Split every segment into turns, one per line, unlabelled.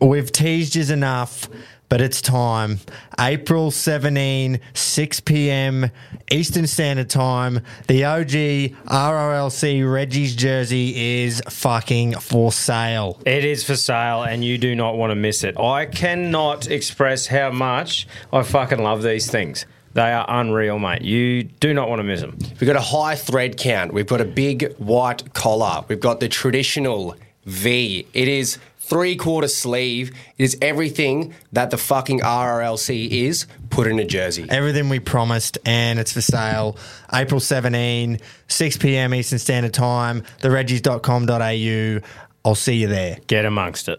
We've teased you enough, but it's time. April 17, 6 p.m. Eastern Standard Time. The OG RRLC Reggie's jersey is fucking for sale.
It is for sale, and you do not want to miss it. I cannot express how much I fucking love these things. They are unreal, mate. You do not want to miss them.
We've got a high thread count. We've got a big white collar. We've got the traditional V. It is three quarter sleeve. It is everything that the fucking RRLC is put in a jersey.
Everything we promised, and it's for sale April 17, 6 p.m. Eastern Standard Time, thereggies.com.au. I'll see you there.
Get amongst it.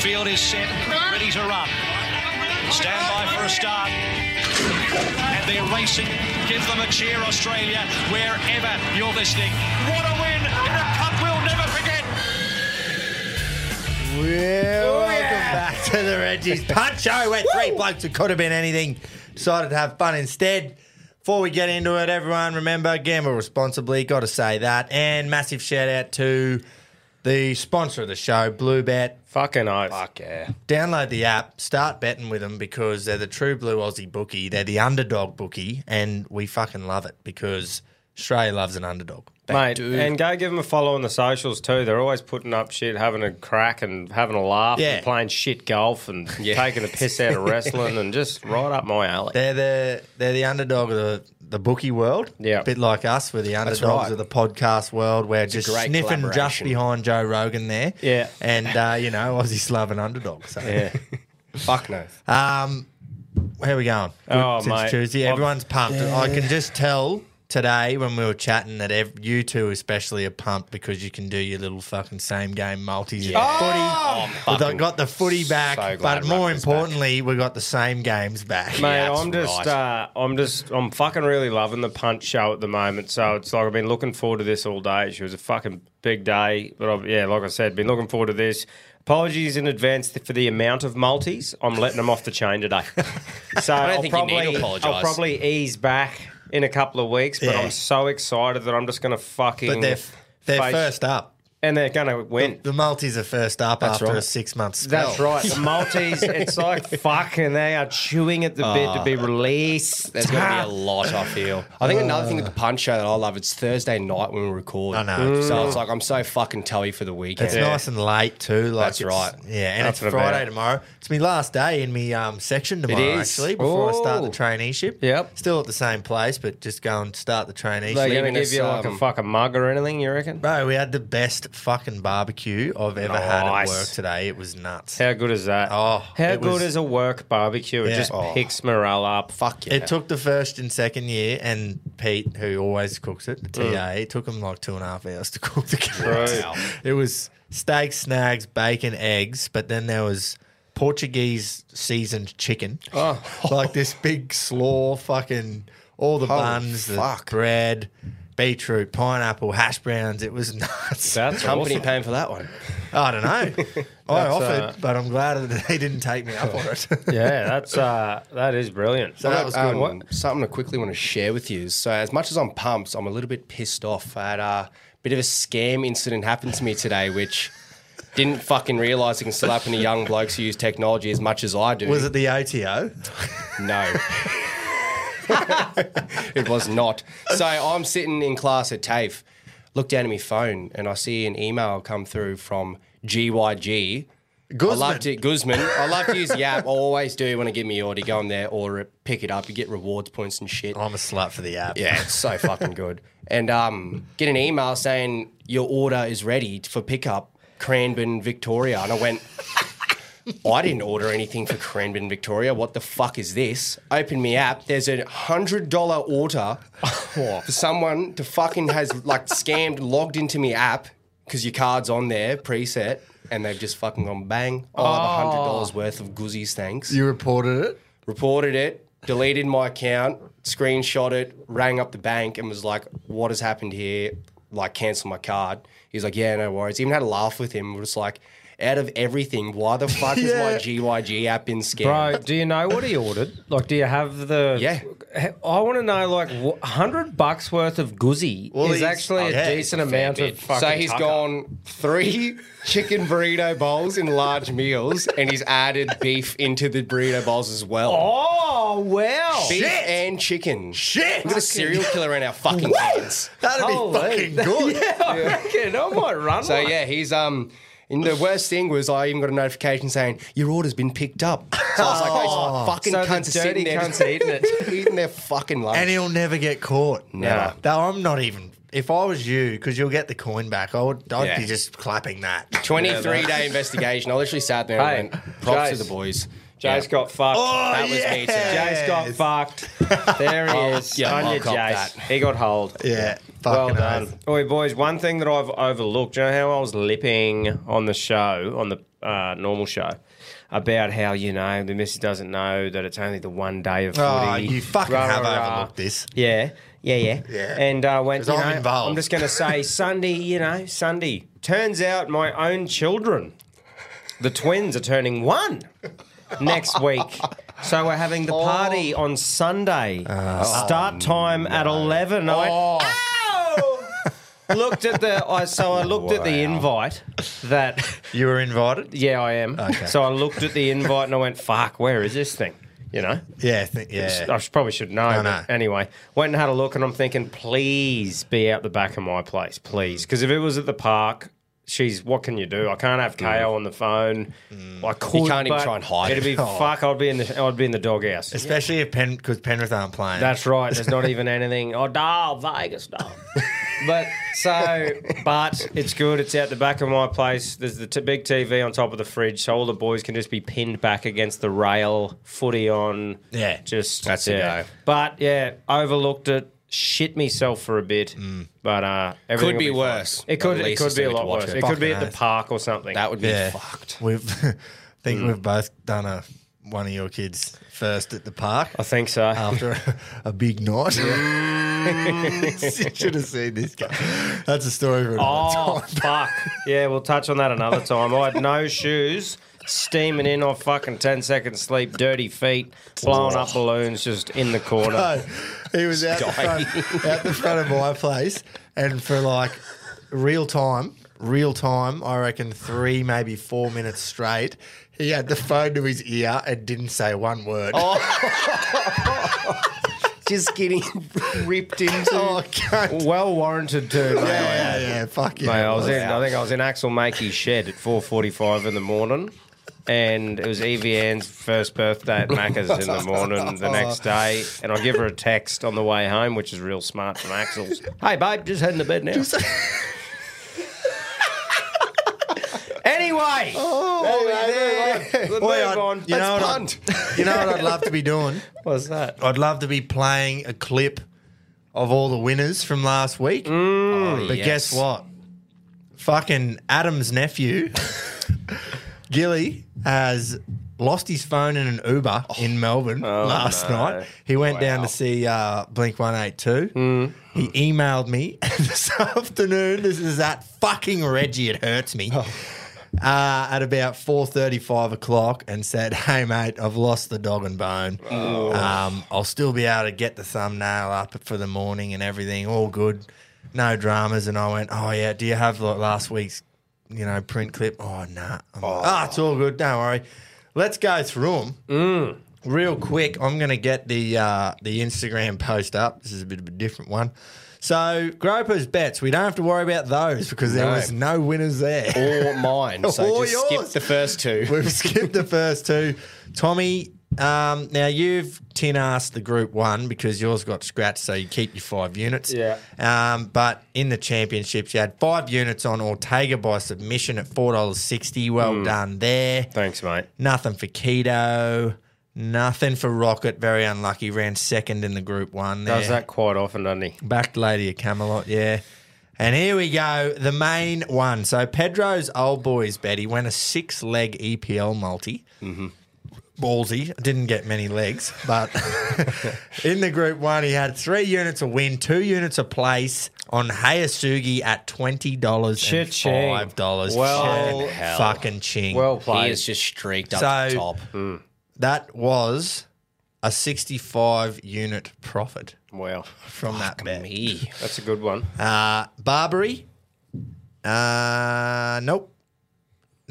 Field is set, ready to run. Stand by for a start. And they're racing. Give them a cheer, Australia, wherever you're listening. What a win! And a cup we'll never forget.
Yeah, welcome back to the Reggie's Punt Show, where three blokes who could have been anything decided to have fun instead. Before we get into it, everyone remember gamble responsibly. Got to say that, and massive shout out to the sponsor of the show, Bluebet.
Fucking oath. Fuck.
Yeah.
Download the app, start betting with them because they're the true blue Aussie bookie. They're the underdog bookie, and we fucking love it because Australia loves an underdog.
Mate,
do.
and go give them a follow on the socials too. They're always putting up shit, having a crack and having a laugh
Yeah.
and playing shit golf and taking the piss out of wrestling and just right up my alley.
They're the they're the underdog of the, the bookie world.
Yeah.
bit like us. We're the underdogs
right.
of the podcast world. We're just
great
sniffing just
collaboration.
behind Joe Rogan there.
Yeah.
and uh, you know Aussies love an underdog. So
Yeah.
Fuck no.
um, how we going?
Oh,
Good since
mate.
Tuesday,
I've-
everyone's pumped. I can just tell today when we were chatting that ev- you two especially are pumped because you can do your little fucking same game multis. Yeah.
Oh,
I got the footy back,
so glad
but more
rugby's back.
importantly, we got the same games back.
Mate,
that's
I'm just,
right.
uh, I'm just, I'm fucking really loving the punch show at the moment. So it's like I've been looking forward to this all day. She was a fucking big day, but I've, yeah, like I said, been looking forward to this. Apologies in advance th- for the amount of multis. I'm letting them off the chain today. So I
don't
will
think you need
probably,
to apologise.
I'll probably ease back in a couple of weeks. But
Yeah.
I'm so excited that I'm just going to fucking.
but they're f- they're
face-
first up.
and they're going to win.
The Maltese are first up after
right.
a six month spell.
That's right. The Maltese, it's like fucking they are chewing at the bit to be released.
Ah.
Ah.
There's going to be a lot, I feel. I think another thing with the punch show that I love, it's Thursday night when we record.
I know.
So it's like, I'm so fucking telly for the weekend.
It's nice and late too. Like
That's
it's-
right.
Yeah, and
That's
it's
what about
Friday
it.
tomorrow. It's my last day in my um, section tomorrow.
is.
Actually, before I start the
Ooh.
traineeship.
Oh. Yep.
Still at the same place, but just go and start the traineeship.
They're going
leaving
to give
us,
you like a
um,
fucking mug or anything, you reckon?
Bro, we had the best fucking barbecue I've ever had at
Nice.
work today. It was nuts.
How good is that?
Oh,
How
it
good
was-
is a work barbecue? It
Yeah.
just
Oh.
picks morale up.
Fuck yeah.
It took the first and second year, and Pete, who always cooks it, the TA, it took him like two and a half hours to cook the carrots.
Wow.
It was steak, snags, bacon, eggs, but then there was Portuguese seasoned chicken. Oh. like this big slaw, fucking all the buns,
fuck.
the bread, beetroot, pineapple, hash browns. It was nuts.
That's
Company
awesome.
paying for that one.
I don't know. I offered, but I'm glad that he didn't take me up on it.
Yeah, that's uh, that is brilliant.
So that was good.
Um, Something I quickly want to share with you. is, So, as much as I'm pumped, I'm a little bit pissed off. I had a bit of a scam incident happen to me today, which didn't fucking realise it can still happen to young blokes who use technology as much as I do.
was it the ATO?
No. it was not. So I'm sitting in class at TAFE, look down at my phone, and I see an email come through from GYG. I love to Guzman. I love to use the app. I always do when I give me order. You go on there, order it, pick it up. You get rewards points and shit.
I'm a slut for the app.
Yeah, it's so fucking good. And um, get an email saying your order is ready for pickup, Cranbourne, Victoria. And I went, I didn't order anything for Cranbourne, Victoria. What the fuck is this? Open me app. There's a hundred dollar order for someone to fucking has like scammed, logged into me app because your card's on there preset, and they've just fucking gone bang. I'll have a hundred dollars worth of Guzzies, thanks.
You reported it.
Reported it, deleted my account, screenshot it, rang up the bank, and was like, "What has happened here? Like, cancel my card." He's like, "Yeah, no worries." Even had a laugh with him. We're just like. Out of everything, why the fuck is my GYG app been scammed?
Bro, do you know what he ordered? Like, do you have the?
Yeah.
I want to know like wh- hundred bucks worth of guzzi
Well,
is
he's-
actually
yeah, it's
a decent
a fair
amount of
bit.
fucking.
So he's
tucker.
gone three chicken burrito bowls in large meals, and he's added beef into the burrito bowls as well.
Oh wow!
beef
shit.
and chicken.
Shit!
We got a serial killer in our fucking hands.
That'd
Holy.
be fucking good.
I reckon I might run.
So
one.
yeah, he's um. And the worst thing was I even got a notification saying your order's been picked up. So I was like, those fucking
So the
cunts are
dirty
sitting there
cunts are eating it.
eating their fucking lunch.
And he'll never get caught.
Never.
Though I'm not even. If I was you, because you'll get the coin back, I would. I'd
Yeah.
be just clapping that.
23 day investigation. I literally sat there
Hey,
and went, props
Jace.
to the boys.
Jay's
Yeah.
got fucked.
Oh,
That was me today.
Jay's got
yes.
fucked. There he
I'll-
is.
yeah,
On
I'll
your
cop
Jace. He got hold.
Yeah.
Well
Fucking
done.
oath.
Oi, boys, one thing that I've overlooked, you know how I was lipping on the show, on the uh, normal show, about how, you know, the missus doesn't know that it's only the one day of footy.
Oh, you fucking
Rah,
have
rah, rah.
overlooked this.
Yeah, yeah, yeah.
Yeah.
And uh, went,
'Cause
you
I'm
know,
involved.
I'm just going to say Sunday, you know, Sunday. Turns out my own children, the twins, are turning one next week. So we're having the party
Oh.
on Sunday. Start time at 11. I went,
Oh.
"Ow!" looked at the I, so I looked at the invite that
You were invited.
yeah I am so I looked at the invite and I went fuck where is this thing you know
Yeah. I think- yeah.
I should- probably should know.
I
but
know.
Anyway, went and had a look, and I'm thinking, please be out the back of my place, please. Because if it was at the park, she's what can you do? I can't have KO on the phone. I could.
Mm. can't even
but
try and hide
It'd
it. Oh.
be fuck. I'd be in the. I'd be in the doghouse.
Especially if Pen because Penrith aren't playing.
That's right. There's not even anything. Oh, no, Vegas, no. but so, but it's good. It's out the back of my place. There's the t- big TV on top of the fridge, so all the boys can just be pinned back against the rail, footy on.
Yeah.
just
That's a
yeah.
go.
But yeah, overlooked it. Shit myself for a bit, but uh, everything will
Mm. Could be
fine.
worse,
It
but
could.
at
It
least
could
it's
be a
something
lot
to watch
worse.
it.
It could be at
Fucking
the park or something.
That would be
yeah.
fucked.
We've think
Mm.
we've both done a one of your kids first at the park
I think so.
Oh,
after a, a big night. you should have seen this guy. That's a story for another
Oh
time.
fuck! Yeah, we'll touch on that another time. I had no shoes, steaming in off fucking ten seconds sleep, dirty feet, blowing up balloons, just in the corner.
No, he was out the, front, out the front of my place, and for like real time, real time, I reckon three, maybe four minutes straight, he had the phone to his ear and didn't say one word. Oh,
Just getting ripped into.
cunt.
Well warranted
Yeah,
too.
yeah, yeah. Fuck yeah.
Mate, I
it was.
was in. I think I was in Axel Makey's shed at four forty-five in the morning, and it was Evie Ann's first birthday at Macca's in the morning the next day. And I give her a text on the way home, which is real smart from Axel's. Hey, babe, just heading to bed now. anyway, Oh, we'll move on.
You know, what I-
punt.
you know what I'd love to be doing?
What's that?
I'd love to be playing a clip of all the winners from last week.
Mm. Oh,
but guess what? Fucking Adam's nephew, Gilly, has lost his phone in an Uber
Oh.
in Melbourne last night. He went down to see uh, Blink 182.
Mm.
He emailed me this afternoon. This is that fucking Reggie. It hurts me.
Oh.
Uh, at about four thirty-five o'clock, and said, "Hey mate, I've lost the dog and bone. Um, I'll still be able to get the thumbnail up for the morning and everything. All good, no dramas." And I went, "Oh yeah, do you have like last week's, you know, print clip? Oh nah. I'm like, Ah, it's all good. Don't worry. Let's go through them." real quick, I'm going to get the uh, the Instagram post up. This is a bit of a different one. So Groper's bets, we don't have to worry about those because there
No.
was no winners there.
Or mine. So
Or
just
yours.
skip the first two.
We've skipped the first two. Tommy Um, now you've tin asked the group one because yours got scratched, so you keep your five units.
Yeah.
Um, but in the championships, you had five units on Ortega by submission at four dollars sixty. Well
Hmm.
done there.
Thanks, mate.
Nothing for keto. Nothing for Rocket. Very unlucky. Ran second in the group one. There.
Does that quite often, doesn't he?
Backed Lady of Camelot, yeah. And here we go, the main one. So Pedro's old boys, Betty, went a six leg EPL multi. Mm-hmm. Ballsy. Didn't get many legs, but in the group one, he had three units a win, two units a place on Hayasugi at $20 and
Cha-ching.
$5.
Well,
Chin
hell.
fucking ching.
Well
He
played.
is just streaked up
So-
the top.
that was a 65 unit profit
Wow.
from that bet.
Me.
That's a good one.
Uh, Barbary. Uh, nope.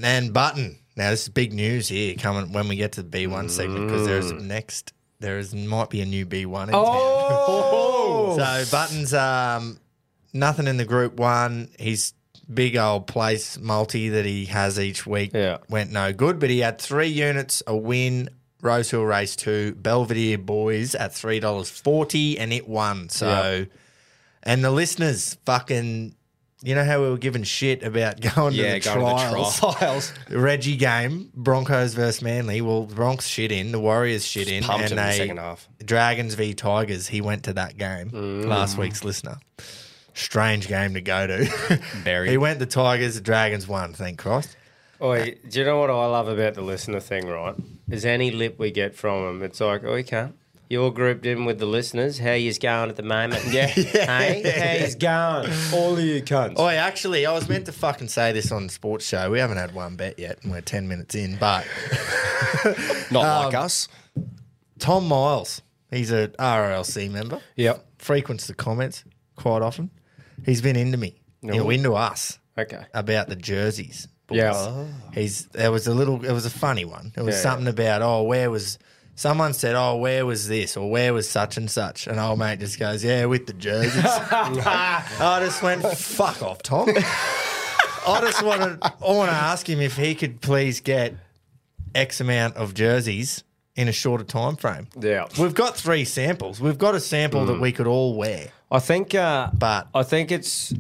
And Button. Now this is big news here coming when we get to the B one segment because there's
Mm.
next there is might be a new B one in
Oh!
town. So Button's um nothing in the group one. He's big old place multi that he has each week
Yeah.
went no good, but he had three units, a win, Rosehill race two, Belvedere boys at three dollars forty, and it won. So and the listeners fucking you know how we were giving shit about going
Yeah,
to the
going to the
trials.
trials.
Reggie game, Broncos versus Manly. Well, Bronx shit in, the Warriors shit in, and
pumped him in the
they-
second half. Mm.
Dragons v Tigers. He went to that game last week's listener. Strange game to go to.
Very.
he went the Tigers, the Dragons won. Thank Christ.
Oi, do you know what I love about the listener thing, right? Is any lip we get from them, it's like, oh, you can't. You're grouped in with the listeners. How yous going at the moment? Yeah. hey, how yous going? All of you cunts.
Oh, actually, I was meant to fucking say this on the sports show. We haven't had one bet yet, and we're ten minutes in. But
Not like
Um,
us.
Tom Miles, he's a RLC member.
Yep.
frequents the comments quite often. He's been into me.
Oh.
He'll into us
Okay.
about the jerseys.
Yeah.
He's there was a little it was a funny one. It was
Oh. Yeah.
something about oh where was someone said oh where was this or where was such and such and old mate just goes yeah with the jerseys. I just went fuck off Tom. I just want to I want to ask him if he could please get x amount of jerseys in a shorter time frame.
Yeah. Mm.
We've got three samples. We've got a sample that we could all wear.
I think uh,
But-
I think it's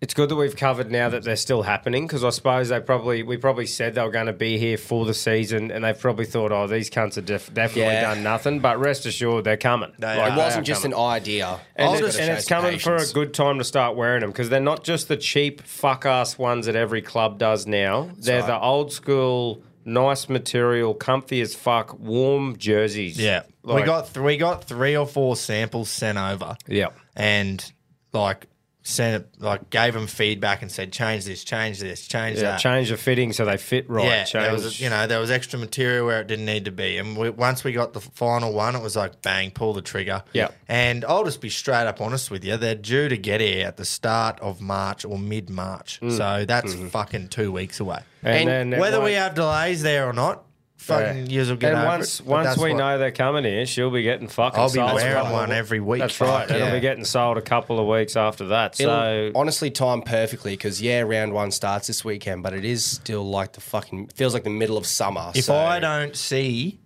it's good that we've covered now that they're still happening because I suppose they probably we probably said they were going to be here for the season and they probably thought oh these cunts are def- definitely
Yeah.
done nothing but rest assured they're coming. Like,
It
they
wasn't
are
just
coming.
an idea.
And,
I've
it's-
gotta
and
show
it's
some
coming for
patience.
a good time to start wearing them because they're not just the cheap fuck ass ones that every club does now. they're the old school, nice material, comfy as fuck, warm jerseys.
we
Like-
got th- we got three or four samples sent over.
Yeah.
and like sent it, like gave them feedback and said change this, change this, change
Yeah,
that.
change the fitting so they fit right.
yeah,
change,
there was you know there was extra material where it didn't need to be, and we, once we got the final one, it was like bang, pull the trigger.
Yeah.
and I'll just be straight up honest with you, they're due to get here at the start of March or mid March, so that's fucking two weeks away.
Mm. Mm-hmm. and,
and
then it
Whether we
won't-
have delays there or not, fucking
Yeah.
years will get
and
over
once
it, but
once
that's
we
what-
know they're coming here, she'll be getting fucking.
I'll be
sold.
wearing one every week.
That's right.
Fuck,
It'll
yeah.
be getting sold a couple of weeks after that.
It'll
So
honestly time perfectly because yeah, round one starts this weekend, but it is still like the fucking feels like the middle of summer.
If
so
I don't see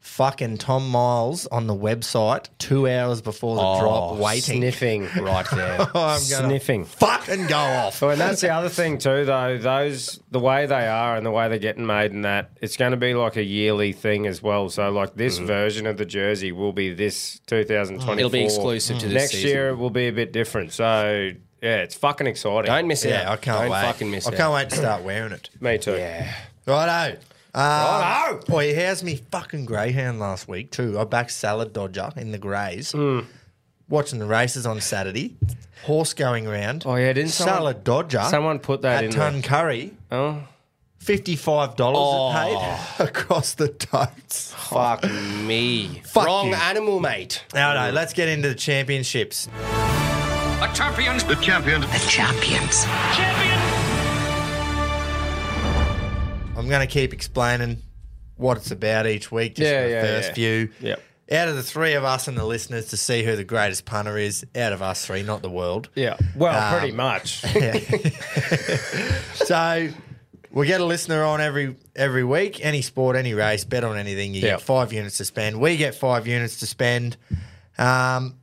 fucking Tom Miles on the website two hours before
Oh,
the
Oh,
drop waiting,
sniffing right there, sniffing.
fucking go off.
Oh, and that's the other thing too, though. Those the way they are and the way they're getting made, and that it's going to be like a yearly thing as well. So, like this version of the jersey will Mm. be this 2024.
It'll be exclusive to this
Next
season.
year, it will be a bit different. So, yeah, it's fucking exciting.
don't miss it.
Yeah, I can't
don't
wait.
fucking miss
I
it.
can't wait to start wearing it.
Me too.
Yeah.
Righto. Um, Boy, how's me fucking greyhound last week too? I backed Salad Dodger in the Greys.
Hmm.
Watching the races on Saturday, horse going round.
Oh, yeah, didn't someone-
Salad Dodger?
someone put that
at
in
Ton Curry. Oh. $55
Oh.
it paid across the totes.
Fuck me.
Fuck
Wrong
you.
animal, mate.
Now, no, let's get into the championships.
The champions. The champions.
The champions.
I'm going to keep explaining what it's about each week, just
Yeah,
in the
yeah,
first
yeah.
few.
Yep.
Out of the three of us and the listeners to see who the greatest punter is, out of us three, not the world.
Yeah. Well, pretty much.
So We get a listener on every every week, any sport, any race, bet on anything. You
Yeah.
get five units to spend. We get five units to spend. Um,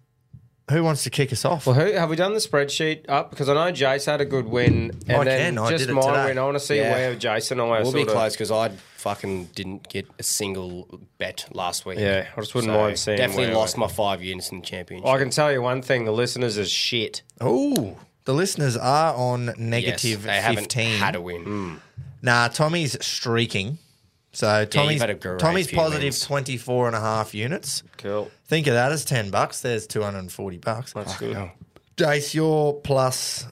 who wants to kick us off?
Well, who, have we done the spreadsheet up? Because I know Jace had a good win, and
I
then
can, I
just
did it
mine
today.
win. I want to see
Yeah.
where Jace and I are
We'll be
sort of-
close because I fucking didn't get a single bet last week.
Yeah, I just wouldn't mind seeing
Definitely
where
lost
I-
my five units in the championship.
I can tell you one thing: the listeners is shit.
Ooh, the listeners are on
Yes,
negative
they haven't
15.
had a win.
Nah, Tommy's streaking. So Tommy's,
had a great
Tommy's
few
positive
wins.
24 and a half units.
Cool.
Think of that as 10 bucks. There's 240 bucks.
That's good.
Jace, you're plus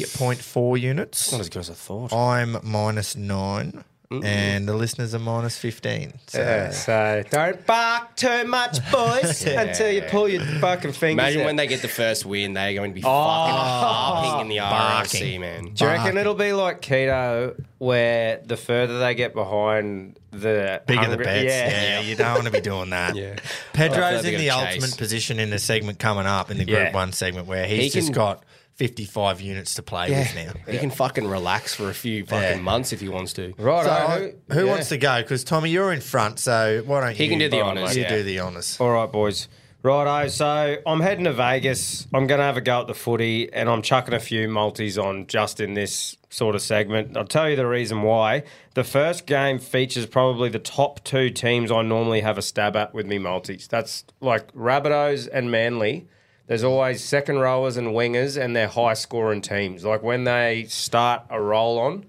3.4 units.
as good as I thought.
I'm minus 9 And the listeners are minus 15. So
So don't bark too much, boys, until you pull your fucking fingers.
Imagine
out.
when they get the first win, they're going to be fucking harping in the
Oh. barking.
RLC, man.
Do you reckon it'll be like keto, where the further they get behind, the
bigger the
hungry-
bets. Yeah. you don't want to be doing that.
Yeah. I'd
Pedro's
rather
in
go
the
chase.
ultimate position in the segment coming up in the Group
Yeah.
1 segment where he's
He
just
can-
got 55 units to play with now.
He can fucking relax for a few fucking months if he wants to.
Right.
So
I,
I- who wants to go? Because Tommy, you're in front, so why don't
He
you?
can do the honours,
You
yeah.
do the honours.
All right, boys. Righto. So I'm heading to Vegas. I'm going to have a go at the footy, and I'm chucking a few multis on just in this sort of segment. I'll tell you the reason why. The first game features probably the top two teams I normally have a stab at with me multis. That's like Rabbitohs and Manly. There's always second rowers and wingers, and they're high scoring teams. Like when they start a roll on,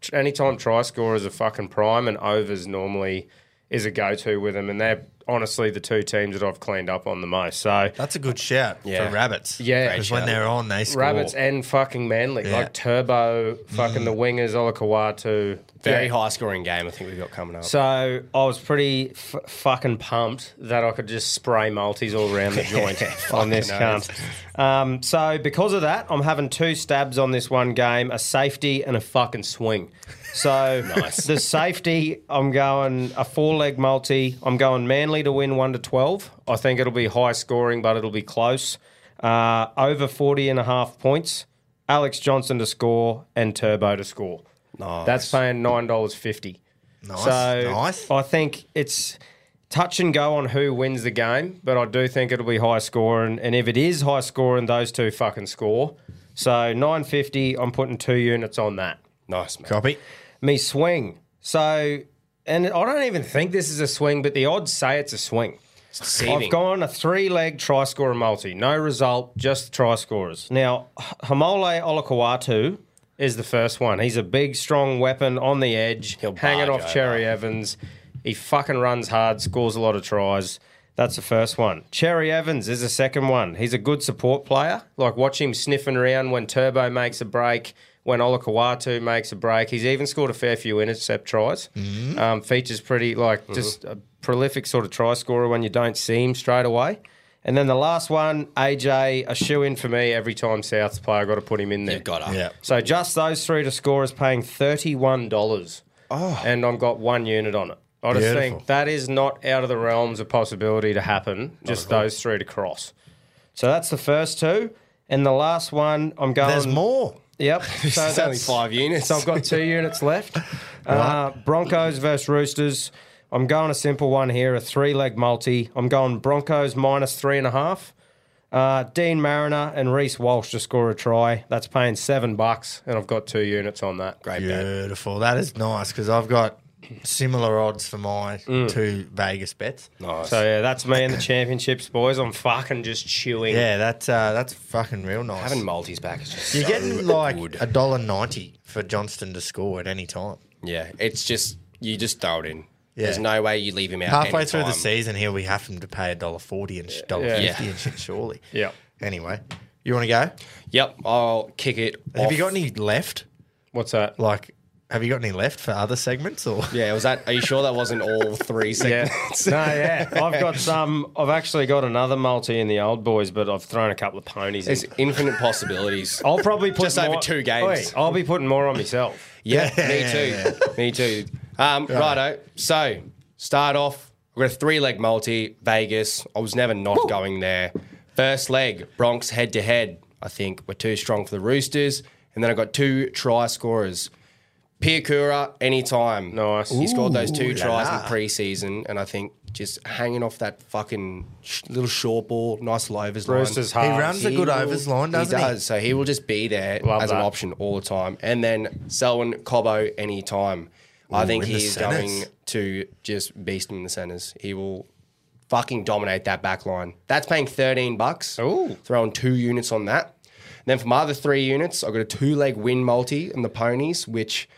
tr- anytime try scorers are fucking prime and overs normally is a go to with them. And they're honestly the two teams that I've cleaned up on the most. So
That's a good shout for rabbits.
Yeah. Great
because when
shout.
they're on, they score.
rabbits and fucking manly,
Yeah.
like Turbo, fucking the wingers, Olakawatu.
Very
Yeah.
high scoring game, I think we've got coming up.
So I was pretty f- fucking pumped that I could just spray multis all around the joint on this cunt. Um, so because of that, I'm having two stabs on this one game: a safety and a fucking swing. So the safety, I'm going a four leg multi. I'm going Manly to win one to twelve. I think it'll be high scoring, but it'll be close. Uh, over 40 and a half points. Alex Johnson to score and Turbo to score.
Nice.
That's paying nine dollars fifty.
Nice,
So
nice.
I think it's touch and go on who wins the game, but I do think it'll be high scoring. And if it is high scoring, those two fucking score. So nine fifty, I'm putting two units on that.
nice, man.
Copy.
Me swing. So and I don't even think this is a swing, but the odds say it's a swing.
Deceiving.
I've gone a three leg try scorer multi. No result, just try scorers. Now, H- Hamole Olakawatu is the first one. He's a big, strong weapon on the edge,
He'll
hanging
barge
off
over.
Cherry Evans. He fucking runs hard, scores a lot of tries. That's the first one. Cherry Evans is the second one. He's a good support player. Like, watch him sniffing around when Turbo makes a break, when Olakawatu makes a break. He's even scored a fair few intercept tries. Um, features pretty, like, just a prolific sort of try scorer when you don't see him straight away. And then the last one, AJ, a shoe in for me every time Souths play. i got to put him in there.
You've got to.
Yeah.
So just those three to score is paying thirty-one dollars, and I've got one unit on it. I just
Oh. Beautiful.
think that is not out of the realms of possibility to happen. Just those three to cross. So that's the first two, and the last one I'm going.
There's more.
Yep. So
It's only five units.
So I've got two units left. Uh, Broncos versus Roosters. I'm going a simple one here, a three leg multi. I'm going Broncos minus three and a half. Uh, Dean Mariner and Reese Walsh to score a try. That's paying seven bucks, and I've got two units on that. Great.
Beautiful. That is nice because I've got similar odds for my two Vegas bets.
Mm. nice.
So yeah, that's me in the championships, boys. I'm fucking just chewing.
Yeah, that's uh, that's fucking real nice.
Having multis back is just
You're
so
getting like
good.
a dollar ninety for Johnston to score at any time.
Yeah, it's just you just throw it in.
Yeah.
There's no way you leave him out.
Halfway
any
through the
time.
season, he'll be having to pay a dollar forty and dollar fifty
Yeah.
and shit. Surely.
Yeah.
Anyway, you want to go?
Yep, I'll kick it.
Have
off.
you got any left?
What's that?
Like, have you got any left for other segments or?
Yeah, was that? Are you sure that wasn't all three
Yeah.
segments?
no, yeah. I've got some. I've actually got another multi in the old boys, but I've thrown a couple of ponies. in.
There's infinite possibilities.
I'll probably put
Just over
more-
two games.
Oi, I'll be putting more on myself.
Yeah,
yeah,
me too. me too. Um, righto. So start off. We've got a three leg multi, Vegas. I was never not going there. First leg, Bronx head to head. I think we're too strong for the Roosters. And then I got two try scorers. Piakura, anytime.
Nice.
He scored those two
Ooh, la
tries
la.
in preseason, and I think just hanging off that fucking sh- little short ball, nice little overs
Roosters
line.
halves.
He runs a good
will-
overs line, doesn't he?
he? Does. So he will just be there
Love
as an
that.
option all the time. And then Selwyn, Cobbo, anytime. I
Ooh,
think
in the
he's
centres.
going to just beast in the centres. He will fucking dominate that back line. That's paying 13 bucks.
Ooh.
Throwing two units on that. then for my other three units, I've got a two leg win multi and the ponies, which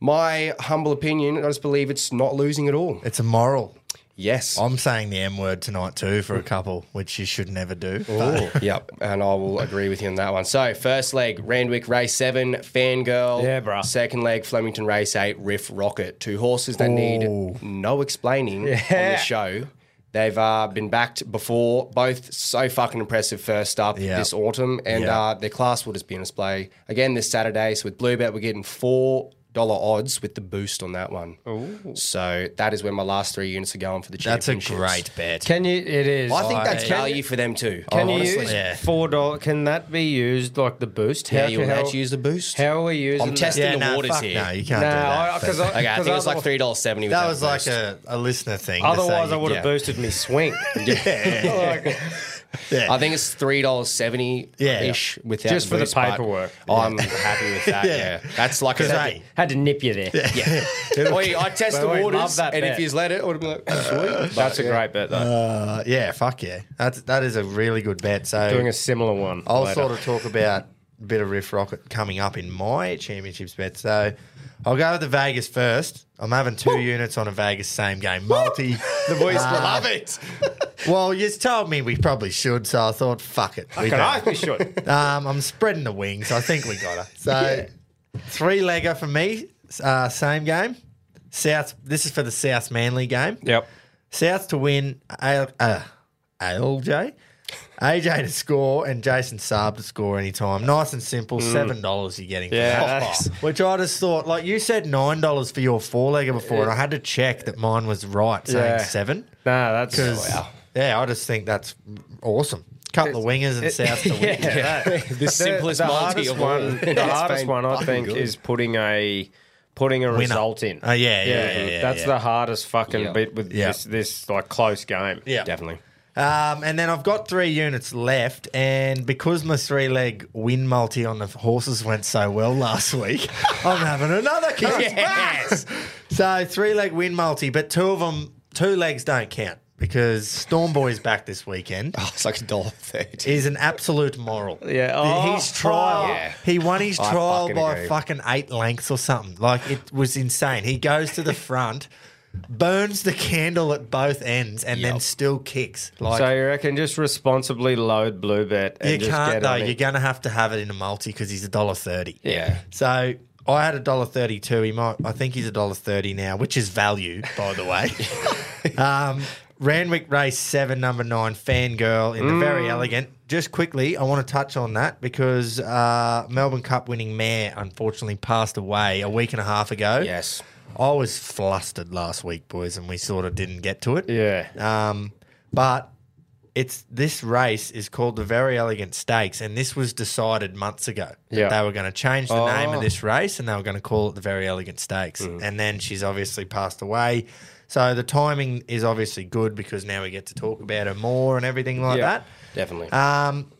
my humble opinion, I just believe it's not losing at all.
It's immoral.
Yes.
I'm saying the M word tonight too for a couple, which you should never do. but-
yep, and I will agree with you on that one. So, first leg, Randwick Race 7, Fangirl.
Yeah, bruh.
Second leg, Flemington Race 8, Riff Rocket. Two horses that need no explaining on
Yeah.
this show. They've uh, been backed before, both so fucking impressive first up
Yeah.
this autumn, and
Yeah.
uh, their class will just be on display again this Saturday. So, with Bluebet, we're getting $4 odds with the boost on that one. So, that is where my last three units are going for the
That's a
championships.
great bet.
Can you? It is.
I think that's
I-
value for them too.
Can you
honestly.
use
Yeah.
four dollar? Can that be used like the boost?
Yeah,
How
you
can-
will
how-
have to use the boost.
How are we using?
I'm
that?
testing the
no,
waters
fuck
here.
no, you can't
No, I-
do that.
'cause
But-
I-
Okay, I think it was
other-
like three dollars seventy.
that was like a, a listener thing. to say
Otherwise,
you-
I would have
yeah.
boosted me swing. yeah. Like,
Yeah.
I think it's three dollars seventy
Yeah.
ish without
Just for the
boost, but
paperwork.
I'm happy with that.
Yeah.
yeah. that's like a.
'Cause, hey,
had to nip you there.
yeah. Oi, I test the
But we
waters,
love that
and if
bet.
he's let it, I would have been like, sweet.
That's
But,
a
yeah.
great bet though.
uh, yeah, fuck yeah. That's, that is a really good bet. So
Doing a similar one.
I'll
later.
sort of talk about a bit of Riff Rocket coming up in my championships bet. So I'll go with the Vegas first. I'm having two units on a Vegas same game multi. the boys
Love it.
Well, you told me we probably should, so I thought, fuck it. we
Can
do.
I? We should.
Um, I'm spreading the wings. I think we got her. So three legger for me. Uh, same game. South. This is for the South Manly game.
Yep.
South to win. A- uh, ALJ. AJ to score and Jason Saab to score anytime. Nice and simple. Seven dollars you're getting. For
Mm. Yeah,
that. Oh,
that's-
Which I just thought, like you said, nine dollars for your four legger before, and I had to check that mine was right, saying
Yeah.
seven.
Nah, that's
Because yeah, I just think that's awesome. Couple of wingers and South to win.
yeah. that-
The simplest multi
hardest
of all.
one.
It's
The hardest
been
one, I
fucking
think,
good.
is putting a putting a result in.
Oh, yeah, yeah, yeah, yeah,
that's
yeah.
the hardest fucking bit with
Yeah.
this this like close game.
Yeah.
definitely.
Um, and then I've got three units left, and because my three leg win multi on the horses went so well last week, I'm having another cut.
Yes.
So three leg win multi, but two of them, two legs don't count because Storm Boy's back this weekend.
It's like a dollar thirty.
Is an absolute moral.
Yeah.
Th-
Oh,
his trial.
oh.
Yeah.
He won his
I
trial
fucking
by
agree.
fucking eight lengths or something. Like it was insane. He goes to the front, burns the candle at both ends, and then still kicks. Like
so you reckon just responsibly load Bluebet and
You
just
can't
get
though.
on it.
You're going to have to have it in a multi because he's a dollar thirty.
Yeah.
So I had a dollar thirty-two. He might. I think he's a dollar thirty now, which is value, by the way. um, Randwick race seven, number nine, Fangirl in the very elegant. Just quickly, I want to touch on that because uh, Melbourne Cup winning mare unfortunately passed away a week and a half ago.
Yes.
I was flustered last week, boys, and we sort of didn't get to it.
yeah.
Um, but it's this race is called the Very Elegant Stakes, and this was decided months ago. that
Yeah.
they were going to change the name
Oh. Mm-hmm.
of this race, and they were going to call it the Very Elegant Stakes. And then she's obviously passed away, so the timing is obviously good because now we get to talk about her more and everything like
Yeah.
that.
Definitely.
Um,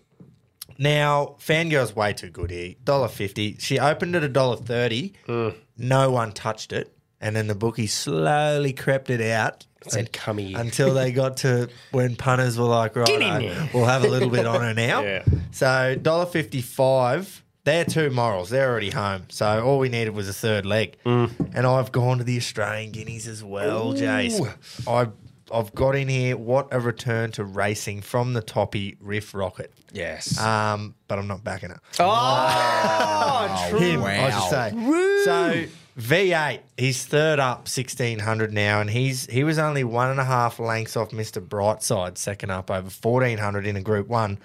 now Fangirl's way too good here. Dollar fifty. She opened at a dollar thirty.
Mm.
No one touched it, and then the bookie slowly crept it out.
Said, "Come here."
until they got to when punters were like, right, we'll have a little bit on her now.
Yeah.
So dollar fifty five. They're two morals. They're already home. So all we needed was a third leg.
Mm.
And I've gone to the Australian Guineas as well, Jace. I I've got in here what a return to racing from the toppy Riff Rocket.
yes.
Um, but I'm not backing it.
Oh, true.
Him, I should say. So V8, he's third up sixteen hundred now, and he's he was only one and a half lengths off Mister Brightside, second up over fourteen hundred in a Group One.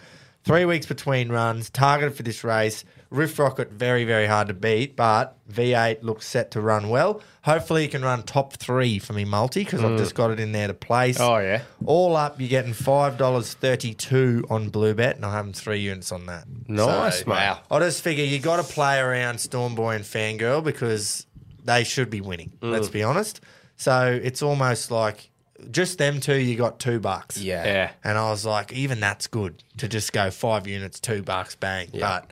Three weeks between runs, targeted for this race. Riff Rocket very very hard to beat, but V8 looks set to run well. Hopefully, he can run top three for me multi because I've just got it in there to place.
Mm. Oh, yeah.
All up, you're getting five dollars thirty two on Blue Bet, and I'm having three units on that.
Nice, mate.
wow.
I just figure you got to play around Stormboy and Fangirl because they should be winning. Let's
Mm.
be honest. So it's almost like just them two. You got two bucks.
Yeah.
Yeah.
And I was like, even that's good to just go five units, two bucks, bang. But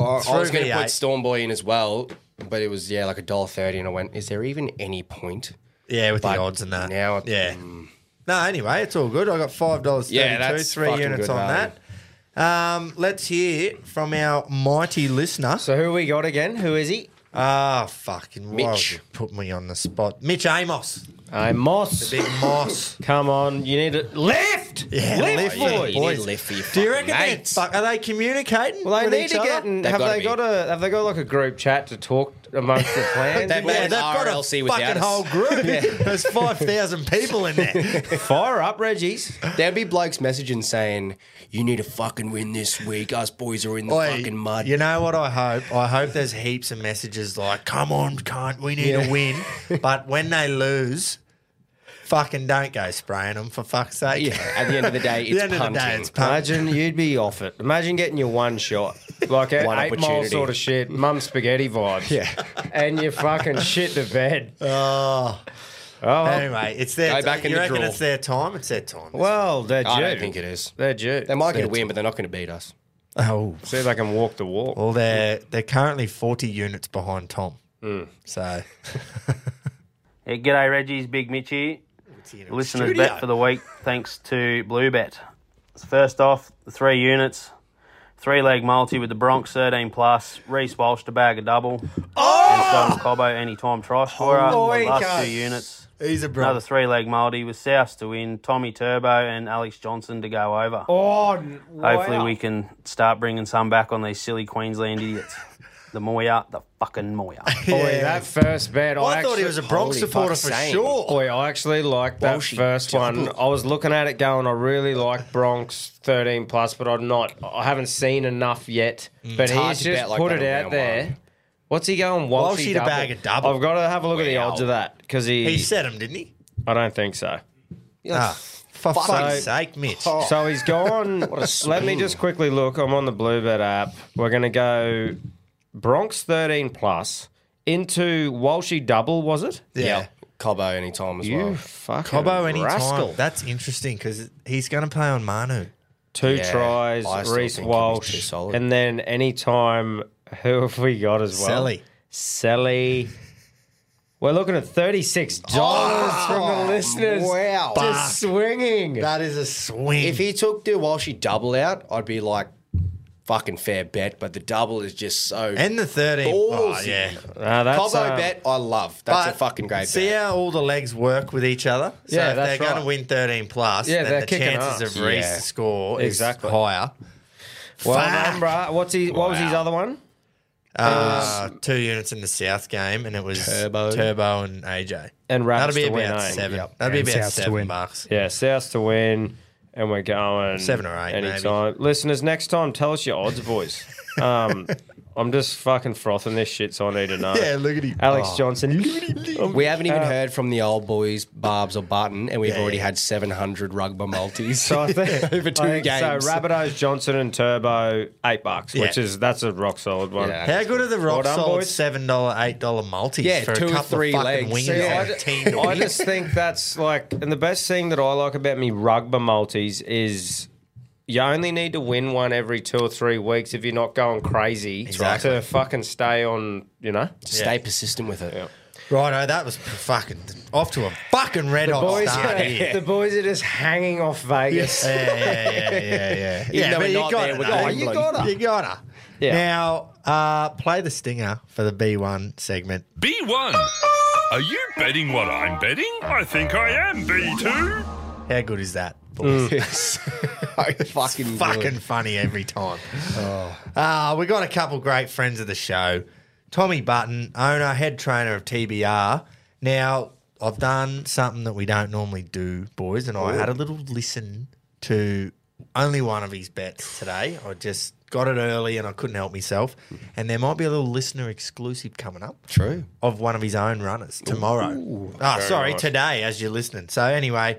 I, I was
Through
going to put
V8.
Storm Boy in as well, but it was yeah like a dollar thirty, and I went, is there even any point?
yeah, with
But
the odds and that.
now it- mm.
yeah. No, anyway, it's all good. I got five dollars
Yeah,
thirty-two,
that's
three
fucking
units
good
on
value.
that. Um, let's hear from our mighty listener.
So who we got again? Who is he?
Ah, fucking why would
Mitch.
you put me on the spot. Mitch Amos,
I'm Moss.
big Moss.
Come on, you need it. Left!
Yeah,
left,
lift for
boy!
it, boys.
lift for your
Do you
fucking
reckon they're
mates.
fuck, are they communicating?
Well, they
with
need
each
to
other?
get and
They've
have
gotta
they
be.
got a have they got like a group chat to talk amongst the plans?
They've
Yeah,
all-
they've got a
RLC without
fucking
us.
whole group. There's five thousand people in there.
Fire up, Reggie's.
There'd be blokes messaging saying, "You need to fucking win this week. Us boys are in the
Oi,
fucking mud."
You know what I hope? I hope there's heaps of messages like, come on, cunt, we need to win. But when they lose, fucking don't go spraying them for fuck's sake.
yeah. At the end of the day,
At
it's
the end of the day,
punting.
it's punting.
Imagine you'd be off it. Imagine getting your one shot, like an
One
eight mile
opportunity.
sort of shit, mum spaghetti vibes. Yeah, and you fucking shit the bed. Oh,
Anyway, it's their
Go back in
you
the
reckon
draw.
it's their time? It's their time.
well, they're due.
I don't think it is.
They're due.
They might get a win, but they're not going to beat us.
oh,
See if they can walk the walk.
well, they're they're currently forty units behind Tom.
Hmm.
So
Hey, g'day, Reggie's Big Mitch here. Listeners
studio.
bet for the week, thanks to Bluebet. First off, the three units, three leg multi with the Bronx 13 plus, Reese Walsh to bag a double, oh! and Don Cobbo anytime try scorer.
Holy
Last
cuss.
two units,
he's a
another
brother.
three leg multi with South to win, Tommy Turbo and Alex Johnson to go over.
Oh,
Hopefully, we can start bringing some back on these silly Queensland idiots. the Moya, the fucking Moya.
Boy, that first bet.
I thought he was a Bronx
Holy
supporter
fuck,
for
same.
sure.
Boy, I actually liked that
Walshy.
first one. I was looking at it going, I really like Bronx 13 plus, but I'm not. I haven't seen enough yet. But
Mm. hard
he's
to
just
bet like
put
that
it
on
out
round
there.
one.
What's he going?
Walshy
Walshy
to
double.
bag a double.
I've got to have a look at the
Wow.
odds of that because he.
He said him, didn't he?
I don't think so.
Ah, Oh, for fuck's
So-
sake, Mitch.
So he's gone. let me just quickly look. I'm on the Bluebet app. We're going to go Bronx 13 plus into Walshy double. Was it?
yeah.
Cobbo anytime as
You
well.
fucking
Cobbo anytime.
rascal.
That's interesting because he's going to play on Manu.
two
Yeah, I
tries,
still
Reese
think he was too
Walsh,
solid.
and then anytime who have we got as well?
Selly.
Selly. We're looking at thirty six dollars from the listeners.
wow.
just swinging.
That is a swing.
If he took the Walshy double out, I'd be like, fucking fair bet. But the double is just so.
and the 13. Oh,
Ballsy.
yeah.
Ah, that's,
Cobbo
uh,
bet, I love. That's a fucking great
See
bet.
how all the legs work with each other? So
Yeah,
if
that's
they're going
right.
to win 13 plus,
Yeah,
then
they're
the
kicking
chances
ass.
of Reese
Yeah.
to score is
Exactly.
higher.
Well
Fuck.
done, bruh. What's he? What was his other one?
Uh, two units in the South game, and it was Turbo, and AJ.
And Raps
That'll be
to win,
about
eh?
seven.
Yep.
That'll
And
be about
Souths to
seven
win.
bucks.
Yeah, South to win, and we're going
Seven or eight, maybe.
anytime. Listeners, next time tell us your odds, boys. Um, I'm just fucking frothing this shit, so I need to know.
Yeah, look Oh. at him.
Alex Johnson.
We haven't even heard from the old boys, Barbs or Button, and we've already had 700 rugby multis.
So I think
Over two
I think
games.
So Rabbitohs, Johnson, and Turbo, eight bucks, which
Yeah.
is that's a rock solid one.
Yeah.
Oh, How good are the rock
done,
solid
boys.
seven dollar, eight dollar multis
Yeah,
for
two
a
or
couple
three
of fucking
legs.
wingers
See,
and
I
a
d-
team to
I
win?
just think that's like, and the best thing that I like about me rugby multis is you only need to win one every two or three weeks if you're not going crazy
Exactly.
to fucking stay on, you know.
Stay persistent with it.
Righto, that was p- fucking off to a fucking red hot
Boys,
start here.
the boys are just hanging off Vegas.
Yeah, yeah, yeah, yeah, yeah.
Even
yeah
though
but
we're
you
not
got
there, we're
to.
going
You
blue.
got to. You got to.
Yeah.
Now, uh, play the stinger for the B1 segment.
B1. Are you betting what I'm betting? I think I am, B2.
How good is that? boys?
Mm. fucking good. Oh.
fucking funny every time. Uh, we got a couple great friends of the show. Tommy Button, owner, head trainer of TBR. Now, I've done something that we don't normally do, boys, and I had a little listen to only one of his bets today. I just got it early and I couldn't help myself. And there might be a little listener exclusive coming up.
True.
Of one of his own runners tomorrow. Ah, sorry,
nice.
today as you're listening. So anyway,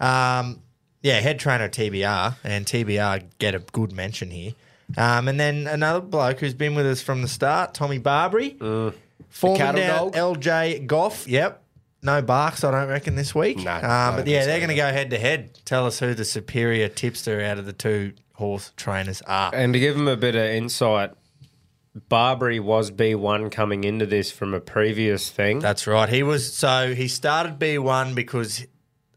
um, yeah, head trainer TBR and TBR get a good mention here. Um, and then another bloke who's been with us from the start, Tommy Barbary, Foreman
Mm. cattle
down,
dog.
LJ Goff. Yep. No barks, I don't reckon, this week.
No,
um,
I don't
but yeah,
think
they're
so
going to go head to head. Tell us who the superior tipster out of the two horse trainers are.
Eh.
And to give them a bit of insight, Barbary was B1 coming into this from a previous thing.
That's right. He was so he started B one because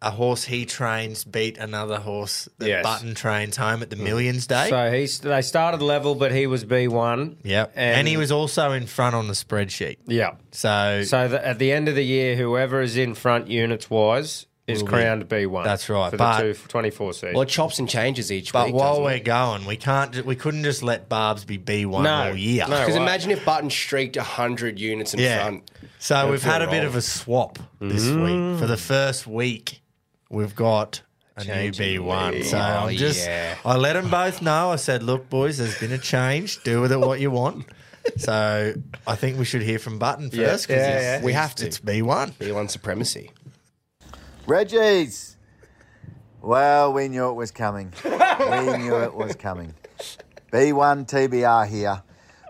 a horse he trains beat another horse that
Yes.
Button trains home at the
Mm.
Millions Day.
so he's they started level, but he was B1.
yep, and, he was also in front on the spreadsheet.
Yeah.
So,
So the, at the end of the year, whoever is in front units wise is crowned B1.
That's right,
For
but-
the two, 24 season.
Well, it chops and changes each
but
week.
while we're going, we can't. ju- We couldn't just let Barb's be B one
No,
all year.
no.
Because
Right.
imagine if Button streaked 100 units in
Yeah.
front.
So we've
feel
had a bit
wrong.
of a swap this week. For the first week, we've got a new B1. So I'm just,
yeah.
I let them both know. I said, look, boys, there's been a change. Do with it what you want. So I think we should hear from Button first because
We have to.
it's B1.
B1 supremacy.
Reggie's. Well, we knew it was coming. we knew it was coming. B1 TBR here.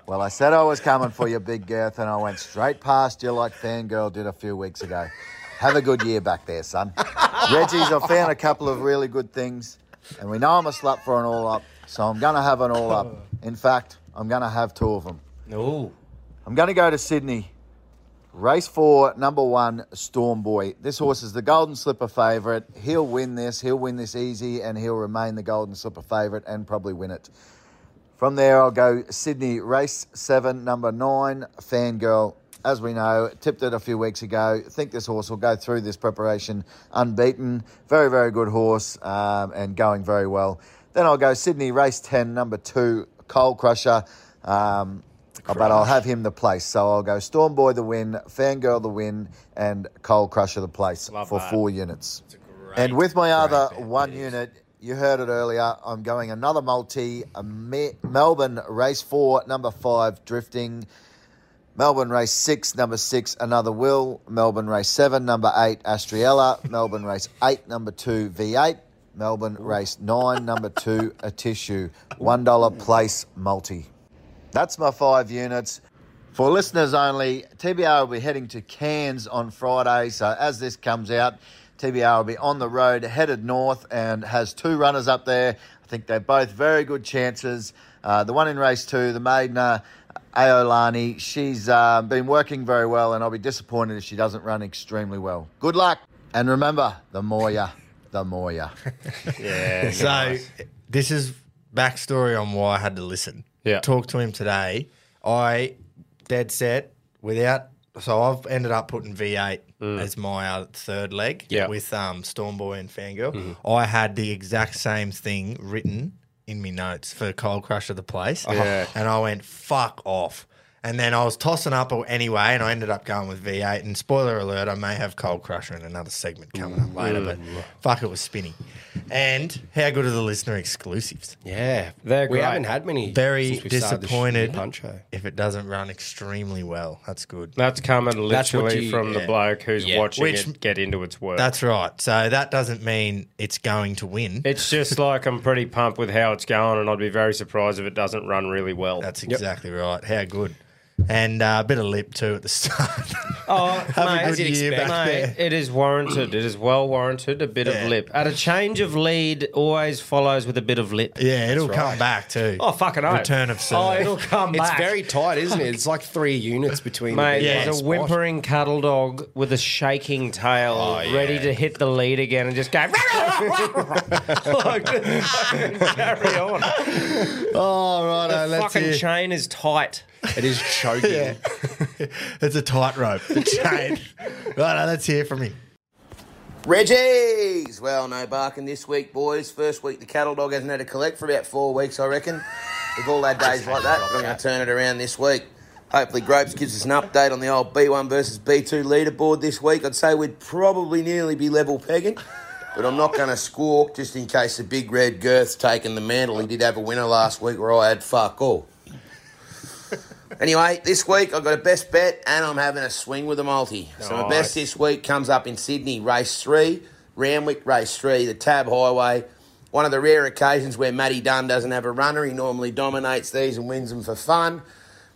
Well, I said I was coming for you, Big Girth, and I went straight past you like Fangirl did a few weeks ago. Have a good year back there, son. Reggie's, I found a couple of really good things, and we know I'm a slut for an all up, so I'm going to have an all up. In fact, I'm going to have two of them.
Ooh.
I'm going to go to Sydney. Race four, number one, Storm Boy. This horse is the Golden Slipper favourite. He'll win this. He'll win this easy, and he'll remain the Golden Slipper favourite and probably win it. From there, I'll go Sydney, race seven, number nine, Fangirl. As we know, tipped it a few weeks ago. Think this horse will go through this preparation unbeaten. Very, very good horse um, and going very well. Then I'll go Sydney, race 10, number two, Coal Crusher. Um, but I'll have him the place. So I'll go Storm Boy the win, Fangirl the win, and Coal Crusher the place for four units. And with my other one unit, you heard it earlier, I'm going another multi, a Me- Melbourne race four, number five, drifting. Melbourne race six, number six, another will. Melbourne race seven, number eight, Astriella. Melbourne race eight, number two, V8. Melbourne race nine, number two, a tissue. $1 place multi. That's my five units. For listeners only, TBR will be heading to Cairns on Friday. So as this comes out, TBR will be on the road, headed north, and has two runners up there. I think they're both very good chances. Uh, the one in race two, the Maidner, Aolani, she's uh, been working very well, and I'll be disappointed if she doesn't run extremely well. Good luck, and remember, the more ya, the more ya.
So this is backstory on why I had to listen.
Yeah.
Talk to him today. I dead set without so I've ended up putting V eight as my uh, third leg
Mm. Yeah. Mm-hmm.
with um Stormboy and Fangirl. I had the exact same thing written in my notes for Cold Crush of the
Oh,
Place. And I went, fuck off. And then I was tossing up anyway, and I ended up going with V8. And spoiler alert, I may have Cold Crusher in another segment coming up later, but fuck, it was spinning. And how good are the listener exclusives?
Yeah.
They're
we
great.
haven't had many.
Very
since we started this
disappointed
punch show.
if it doesn't run extremely well. That's good.
That's coming
That's what
literally
you-
from the
yeah.
bloke who's
Yeah.
watching
Which-
it get into its work.
That's right. So that doesn't mean it's going to win.
It's just like I'm pretty pumped with how it's going, and I'd be very surprised if it doesn't run really well.
That's exactly right. How good. And uh, a bit of lip too at the start.
oh,
mate, as you'd expect.
mate, it is warranted. It is well warranted. A bit
Yeah.
of lip. And a change of lead always follows with a bit of lip.
yeah, it'll come back too.
Oh, fucking oath.
Return of serve.
Oh, it'll come
It's
back.
very tight, isn't it? It's like three units between
Mate,
the
Yeah.
there's a
spot.
whimpering cattle dog with a shaking tail,
Oh,
ready to hit the lead again, and just go. like, carry on.
oh right,
The fucking chain is tight.
It is choking.
It's a tightrope. The chain. right, let's hear from him.
Reggie's! Well, no barking this week, boys. First week, the cattle dog hasn't had a collect for about four weeks, I reckon. We've all had days like that, but I'm going to turn it around this week. Hopefully, Gropes gives us an update on the old B1 versus B2 leaderboard this week. I'd say we'd probably nearly be level pegging, but I'm not going to squawk just in case the big red girth's taken the mantle. He did have a winner last week where I had fuck all. Anyway, this week I've got a best bet and I'm having a swing with a multi. So my best this week comes up in Sydney, race three, Ramwick, race three, the Tab Highway. One of the rare occasions where Matty Dunn doesn't have a runner. He normally dominates these and wins them for fun.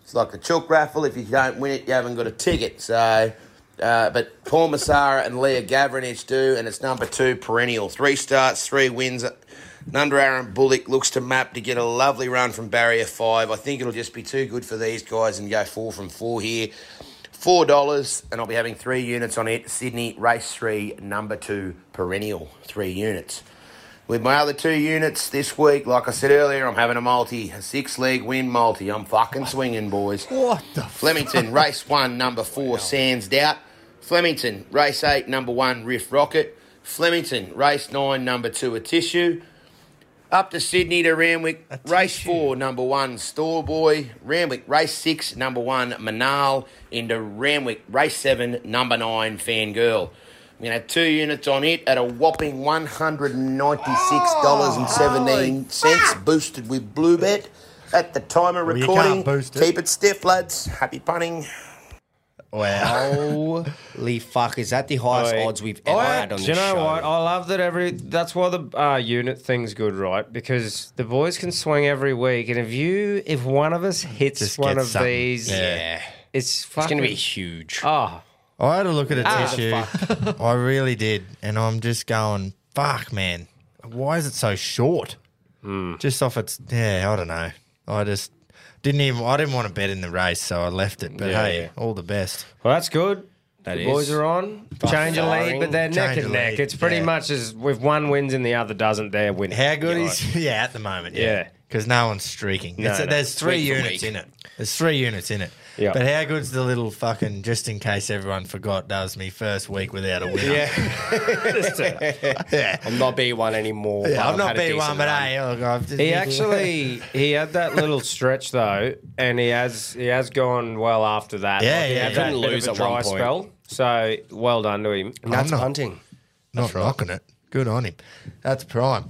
It's like the Chook raffle. If you don't win it, you haven't got a ticket. So, uh, but Paul Massara and Leah Gavrin each do, and it's number two perennial. Three starts, three wins. Nunder Aaron Bullock looks to map to get a lovely run from barrier five. I think it'll just be too good for these guys and go four from four here. Four dollars, and I'll be having three units on it. Sydney race three, number two perennial, three units. With my other two units this week, like I said earlier, I'm having a multi, a six leg win multi. I'm fucking swinging, boys.
What the
Flemington, race one, number four, Sands Doubt. Flemington, race eight, number one, Riff Rocket. Flemington, race nine, number two, a tissue. Up to Sydney to Ramwick, race four, number one, Storeboy. Ramwick, race six, number one, Manal. Into Ramwick, race seven, number nine, Fangirl. I'm going to have two units on it at a whopping $196.17, boosted with Bluebet. At the time of
Well, Oh, you
recording,
can't boost it.
keep it stiff, lads. Happy punning.
Wow.
Holy fuck, is that the highest odds we've ever had on
Do
this
you know
show?
what? I love that every. That's why the uh, unit thing's good, right? Because the boys can swing every week, and if you, if one of us hits
Just
one
get
of
something.
these,
Yeah.
it's
It's
fucking
going to be huge.
Oh,
I had a look at a
Ah,
tissue. I really did. And I'm just going, fuck, man. Why is it so short?
Hmm.
Just off its, yeah, I don't know. I just didn't even, I didn't want to bet in the race, so I left it. But
Yeah,
hey,
yeah.
all the best.
well, that's good.
That
the
is.
boys are on. Change a lead, but they're neck
Change
and
of
neck.
lead,
It's pretty
yeah.
much as if one wins and the other doesn't, they're winning.
How good
You're
is, yeah, at the moment,
Yeah.
yeah. Because no one's streaking.
No,
It's-
no.
There's three
Week for
units
week.
in it. There's three units in it.
Yeah.
But how good's the little fucking, just in case everyone forgot, that was me first week without a winner.
I'm not B1 anymore.
Yeah,
but
I'm not
I've had a
being one,
decent
but
run.
hey, look, I've just,
He actually he had that little stretch though, and he has he has gone well after that.
Yeah,
he
yeah.
had
He
that
couldn't
bit
lose
of a
at one
dry
point.
spell. So well done to him.
And
I'm
that's
not-
hunting.
not knocking it. Good on him. That's prime.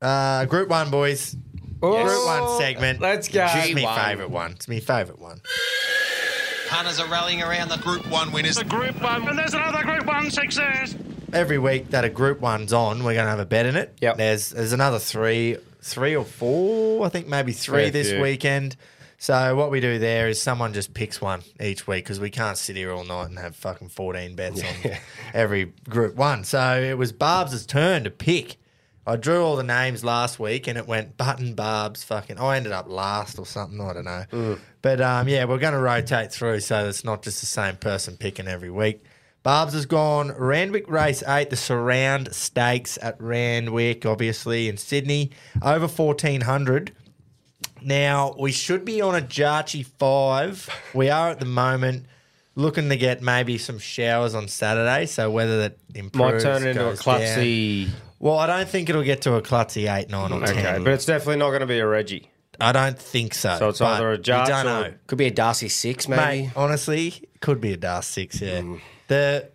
Uh, group one, boys. Group one segment.
Let's go.
It's my
G1.
favourite one. It's my favourite one.
Punters are rallying around the Group 1 winners. The Group 1, and there's another Group 1 success.
Every week that a group one's on, we're going to have a bet in it.
Yep.
There's there's another three, three or four, I think maybe three
Fair
this
few.
weekend. So what we do there is someone just picks one each week because we can't sit here all night and have fucking 14 bets on every group one. So it was Barb's turn to pick. I drew all the names last week and it went Button, Barb's, fucking. I ended up last or something. I don't know. But um, yeah, we're going to rotate through so it's not just the same person picking every week. Barb's has gone Randwick Race 8, the surround stakes at Randwick, obviously, in Sydney, over 1400. Now, we should be on a Jarchi 5. We are at the moment looking to get maybe some showers on Saturday. So whether that
Might
improves.
turn into a
goes down-
klutzy.
well, I don't think it'll get to a klutzy eight, nine, or ten.
Okay, but it's definitely not going to be a Reggie.
I don't think so.
So it's
but
either a
you
Jarch
don't
or-
know.
Could be a Darcy 6, maybe.
Mate, honestly, could be a Dars six. Yeah,
Mm.
the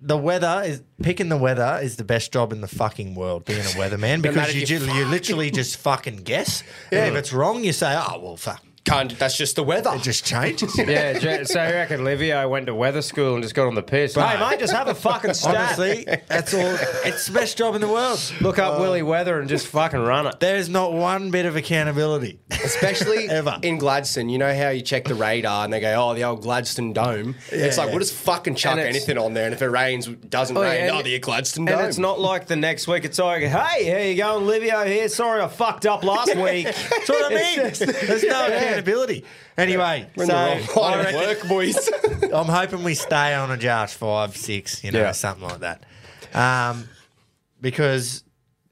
the weather is picking the weather is the best job in the fucking world. Being a weatherman because
matter
you
if
ju- you literally just fucking guess. And if it's wrong, you say, "Oh well, fuck."
Can't, that's just the weather.
It just changes.
Yeah, J- so I reckon Livio went to weather school and just got on the piss. hey, mate, just have a fucking stat.
Honestly, that's all. It's the best job in the world.
Look up Willie Weather and just fucking run it.
There is not one bit of accountability.
Especially
Ever.
in Gladstone, you know how you check the radar and they go, "Oh, the old Gladstone Dome." it's like
yeah.
we'll just fucking chuck
And it's-
anything on there, and if it rains, it doesn't
Oh, yeah,
rain.
and-
oh, the Gladstone
And
Dome.
it's not like the next week. It's like, hey, here you go, Livio here. Sorry, I fucked up last week.
That's what I mean. There's no accountability. Anyway,
We're in
so
the wrong
I
line of
reckon-
work, boys.
I'm hoping we stay on a Josh five, six, you know,
Yeah.
something like that. Um, because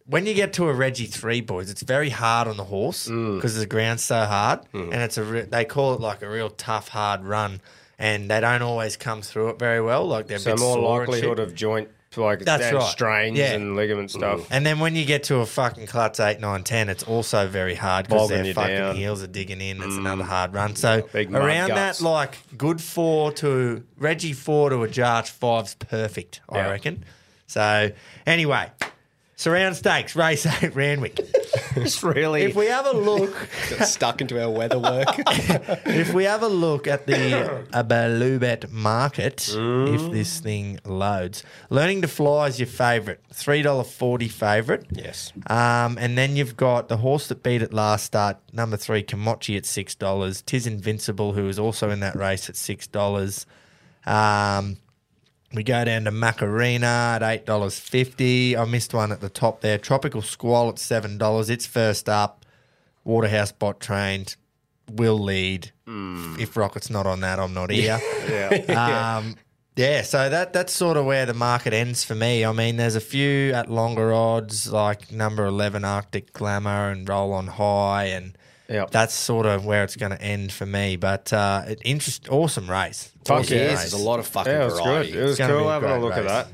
when you get to a Reggie three, boys, it's very hard on the horse
Mm.
because the ground's so hard,
Mm-hmm.
and it's a re- they call it like a real tough, hard run, and they don't always come through it very well. Like they're a
So
bit
more
sore and shit.
likelihood of joint like
That's
and
right.
strains
Yeah.
and
Mm.
ligament stuff.
And then when you get to a fucking klutz 8, 9, 10, it's also very hard because
Bogging
their
you
fucking
down. Mm.
heels are digging in. It's another hard run. So
Big mud
around
guts.
that, like good four to Reggie four to a Jarch five's perfect, I
Yeah.
reckon. So anyway, surround stakes, race 8, Randwick.
It's really.
If we have a look,
got stuck into our weather work.
if we have a look at the Abalubet market, if this thing loads, learning to fly is your favourite, three dollar forty favourite.
Yes.
Um, and then you've got the horse that beat it last start, number three Komachi at six dollars. Tis Invincible, who is also in that race at six dollars. Um, we go down to Macarena at eight dollars fifty. I missed one at the top there. Tropical Squall at seven dollars. It's first up. Waterhouse bot trained will lead.
Hmm.
If Rocket's not on that, I'm not here.
Yeah.
yeah. Um, yeah, so that that's sort of where the market ends for me. I mean, there's a few at longer odds, like number eleven Arctic Glamour and Roll on High, and that's sort of where it's going to end for me. But uh, it interest, awesome race.
Fuck
Awesome
yeah.
race.
There's a lot of fucking
Yeah, it was variety. good. It was
It's gonna
cool
be
having a
great
look at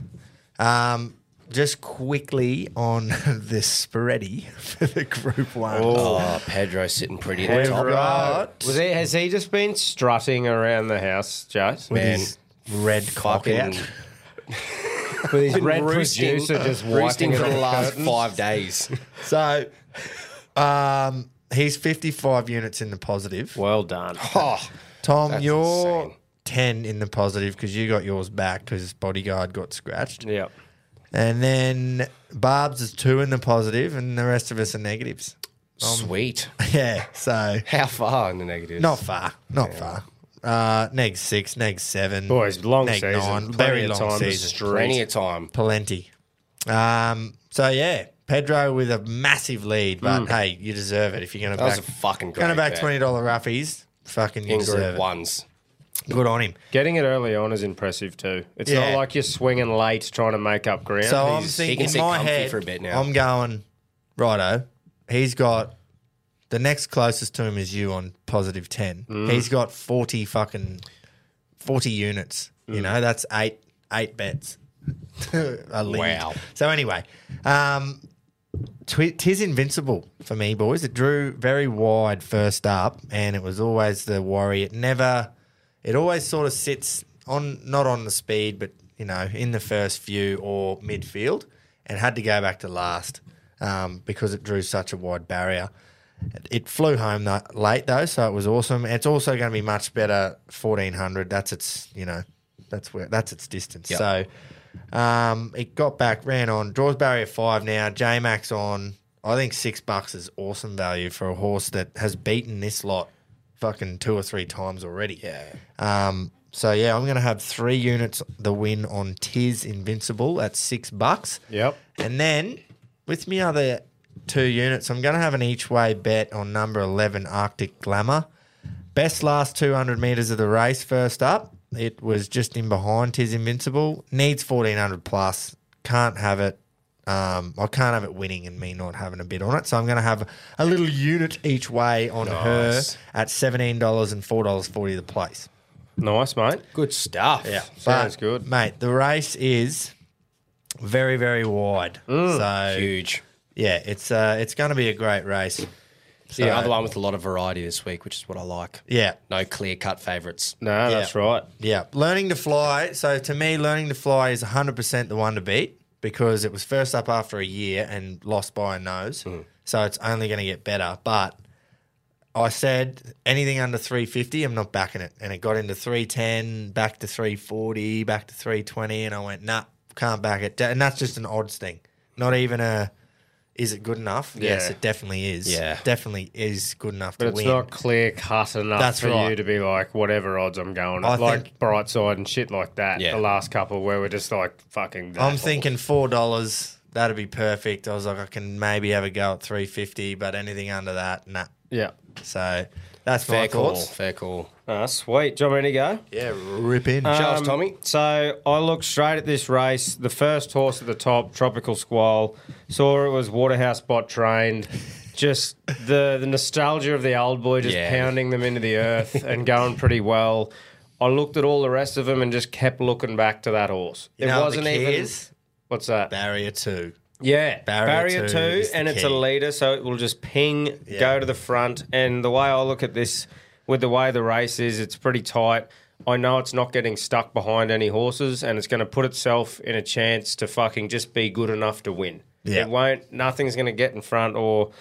race. Um, just quickly on the spready for the Group One.
Oh, Pedro sitting pretty at the top.
Was he, has he just been strutting around the house, Jase?
With his red cock
fucking-
out.
With his
Been
red
roosting-
producer just
roosting
wiping it
for the
on
last
curtains.
five days.
So, um, he's 55 units in the positive.
Well done.
Oh,
Tom,
that's
you're
insane.
10 in the positive because you got yours back because bodyguard got scratched.
Yep.
And then Barb's is two in the positive, and the rest of us are negatives.
sweet.
Yeah, so
How
Oh,
far in the negatives?
not far, not far. Uh, neg six, neg seven,
Boys, long
neg
season.
nine,
Plenty
very
of
long
time to
season.
stretch.
plenty of time.
plenty. Um, so yeah, Pedro with a massive lead,
Mm.
but hey, you deserve it if you're going to
That was
back
a fucking great
going to back
bet.
twenty dollar roughies. Fucking you
in
deserve
group
it.
ones.
Good on him.
Getting it early on is impressive too. It's
Yeah.
not like you're swinging late trying to make up ground.
So I'm
He's-
thinking
sit
in my
comfy
head
for a bit now.
I'm going righto. He's got the next closest to him is you on positive ten.
Mm.
He's got forty fucking forty units. You
Mm.
know that's eight eight bets. A lead.
Wow.
So anyway, um, Twi- Tis invincible for me, boys. It drew very wide first up, and it was always the worry. It never, it always sort of sits on not on the speed, but you know, in the first few or midfield, and had to go back to last um, because it drew such a wide barrier. It- It flew home that late though, so it was awesome. It's also going to be much better fourteen hundred. That's its, you know, that's where that's its distance.
Yep.
So. Um, it got back, ran on, draws barrier five now. J Max on. I think six bucks is awesome value for a horse that has beaten this lot fucking two or three times already. Yeah. Um, so yeah, I'm gonna have three units the win on Tiz Invincible at six bucks.
Yep.
And then with me other two units, I'm going to have an each way bet on number 11 Arctic Glamour. Best last 200 meters of the race first up. It was just in behind Tis Invincible. Needs 1400 plus. Can't have it. Um, I can't have it winning and me not having a bid on it. So I'm going to have a little unit each way on
Nice.
her at $17 and $4.40 the place.
Nice, mate.
Good stuff.
Yeah,
Sounds
but,
good.
mate. The race is very, very wide. So
Huge.
yeah, it's uh, it's going to be a great race.
The other one with a lot of variety this week, which is what I like.
Yeah,
No clear cut favourites.
No, that's
Yeah.
right.
yeah. Learning to fly. So to me, learning to fly is 100 percent the one to beat because it was first up after a year and lost by a nose.
Hmm.
So it's only going to get better. But I said anything under 350, I'm not backing it, and it got into 310, back to 340, back to 320, and I went, nah, can't back it. And that's just an odds thing, not even a. Is it good enough? Yes,
Yeah.
it definitely is.
Yeah.
definitely is good enough
But
to
it's
win.
not clear cut enough
That's
for
right.
you to be like, whatever odds I'm going,
I
at, like
think-
bright side and shit like that.
Yeah.
The last couple where we're just like fucking.
I'm
that
thinking four dollars. That'd be perfect. I was like, I can maybe have a go at three fifty, but anything under that, nah.
Yeah.
So that's
Fair
my
call.
thoughts.
Fair call.
Ah, sweet. Do you want me to go?
Yeah, rip in.
Charles
Um,
Tommy.
So I looked straight at this race. The first horse at the top, Tropical Squall, saw it was Waterhouse Bot trained. Just the the nostalgia of the old boy, just
Yeah.
pounding them into the earth and going pretty well. I looked at all the rest of them and just kept looking back to that horse.
You know what the key is?
What's that?
Barrier two.
Yeah,
Barrier
barrier,
two
two,
is the
and it's
key.
a leader, so it will just ping,
Yeah.
go to the front. And the way I look at this, with the way the race is, it's pretty tight. I know it's not getting stuck behind any horses, and it's going to put itself in a chance to fucking just be good enough to win.
Yeah.
It won't. Nothing's going to get in front, or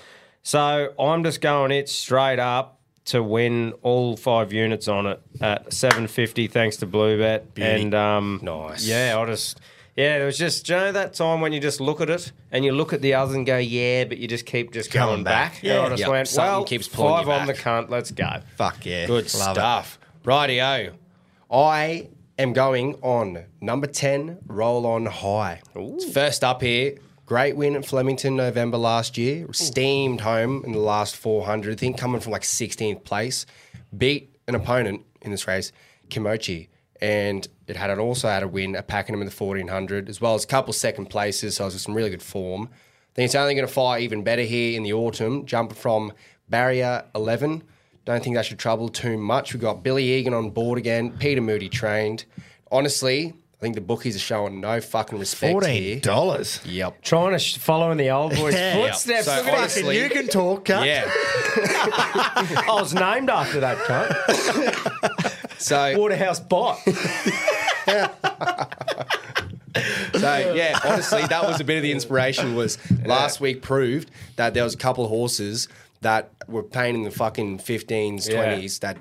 so I'm just going it straight up to win all five units on it at 750, thanks to Bluebet.
Beauty.
And um, nice. Yeah, I just. Yeah, it was just you know that time when you just look at it and you look at the other and go yeah, but you just keep just going,
Coming
back.
back.
Yeah,
Yeah.
I just
Yep.
went
Something
well,
keeps pulling
five
you
on the
back.
cunt. Let's go.
Fuck yeah,
Good stuff. Rightio. I am going on number 10, Roll On High. It's First up here, great win at Flemington November last year. Steamed home in the last 400, I think coming from like 16th place. Beat an opponent in this race, Kimochi. And it had it also had a win at Pakenham in the 1400, as well as a couple second places. So it was just some really good form. I think it's only going to fire even better here in the autumn, jumping from barrier 11. Don't think that should trouble too much. We've got Billy Egan on board again, Peter Moody trained. Honestly, I think the bookies are showing no fucking respect here.
dollars.
Yep.
Trying to sh- follow in the old boys'
Yeah.
footsteps.
So
Look at
honestly- Fucking you can
talk, cunt.
Yeah.
I was named after that cunt.
So
Waterhouse bot.
So yeah, honestly, that was a bit of the inspiration. Was last week proved that there was a couple of horses that were paying in the fucking fifteens,
Yeah.
twenties that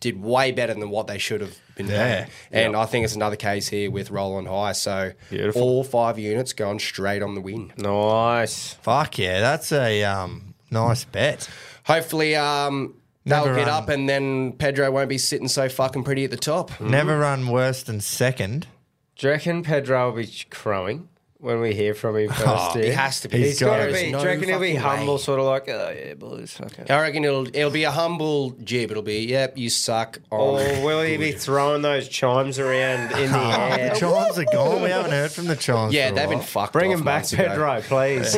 did way better than what they should have been
Yeah.
paying. And I think it's another case here with Roll on High. So
Beautiful.
all five units going straight on the win.
Nice.
Fuck yeah, that's a um, nice bet.
Hopefully, um, they'll
Never
get
run.
up, and then Pedro won't be sitting so fucking pretty at the top.
Never run worse than second.
Do you reckon Pedro will be crowing when we hear from him first?
Oh, he
year?
has to be.
He's
He's
got
gotta
to
be.
be.
No
do you reckon he'll be
fucking
humble,
way.
sort of like, oh yeah, blues, fucking.
I reckon it'll it'll be a humble jib. It'll be yep, you suck.
Or
Oh,
will he be throwing those chimes around in the air?
Oh, The chimes are gone. We haven't heard from the chimes.
Yeah,
for a
they've been
while.
fucked.
Bring
off
him back,
months ago.
Pedro, please.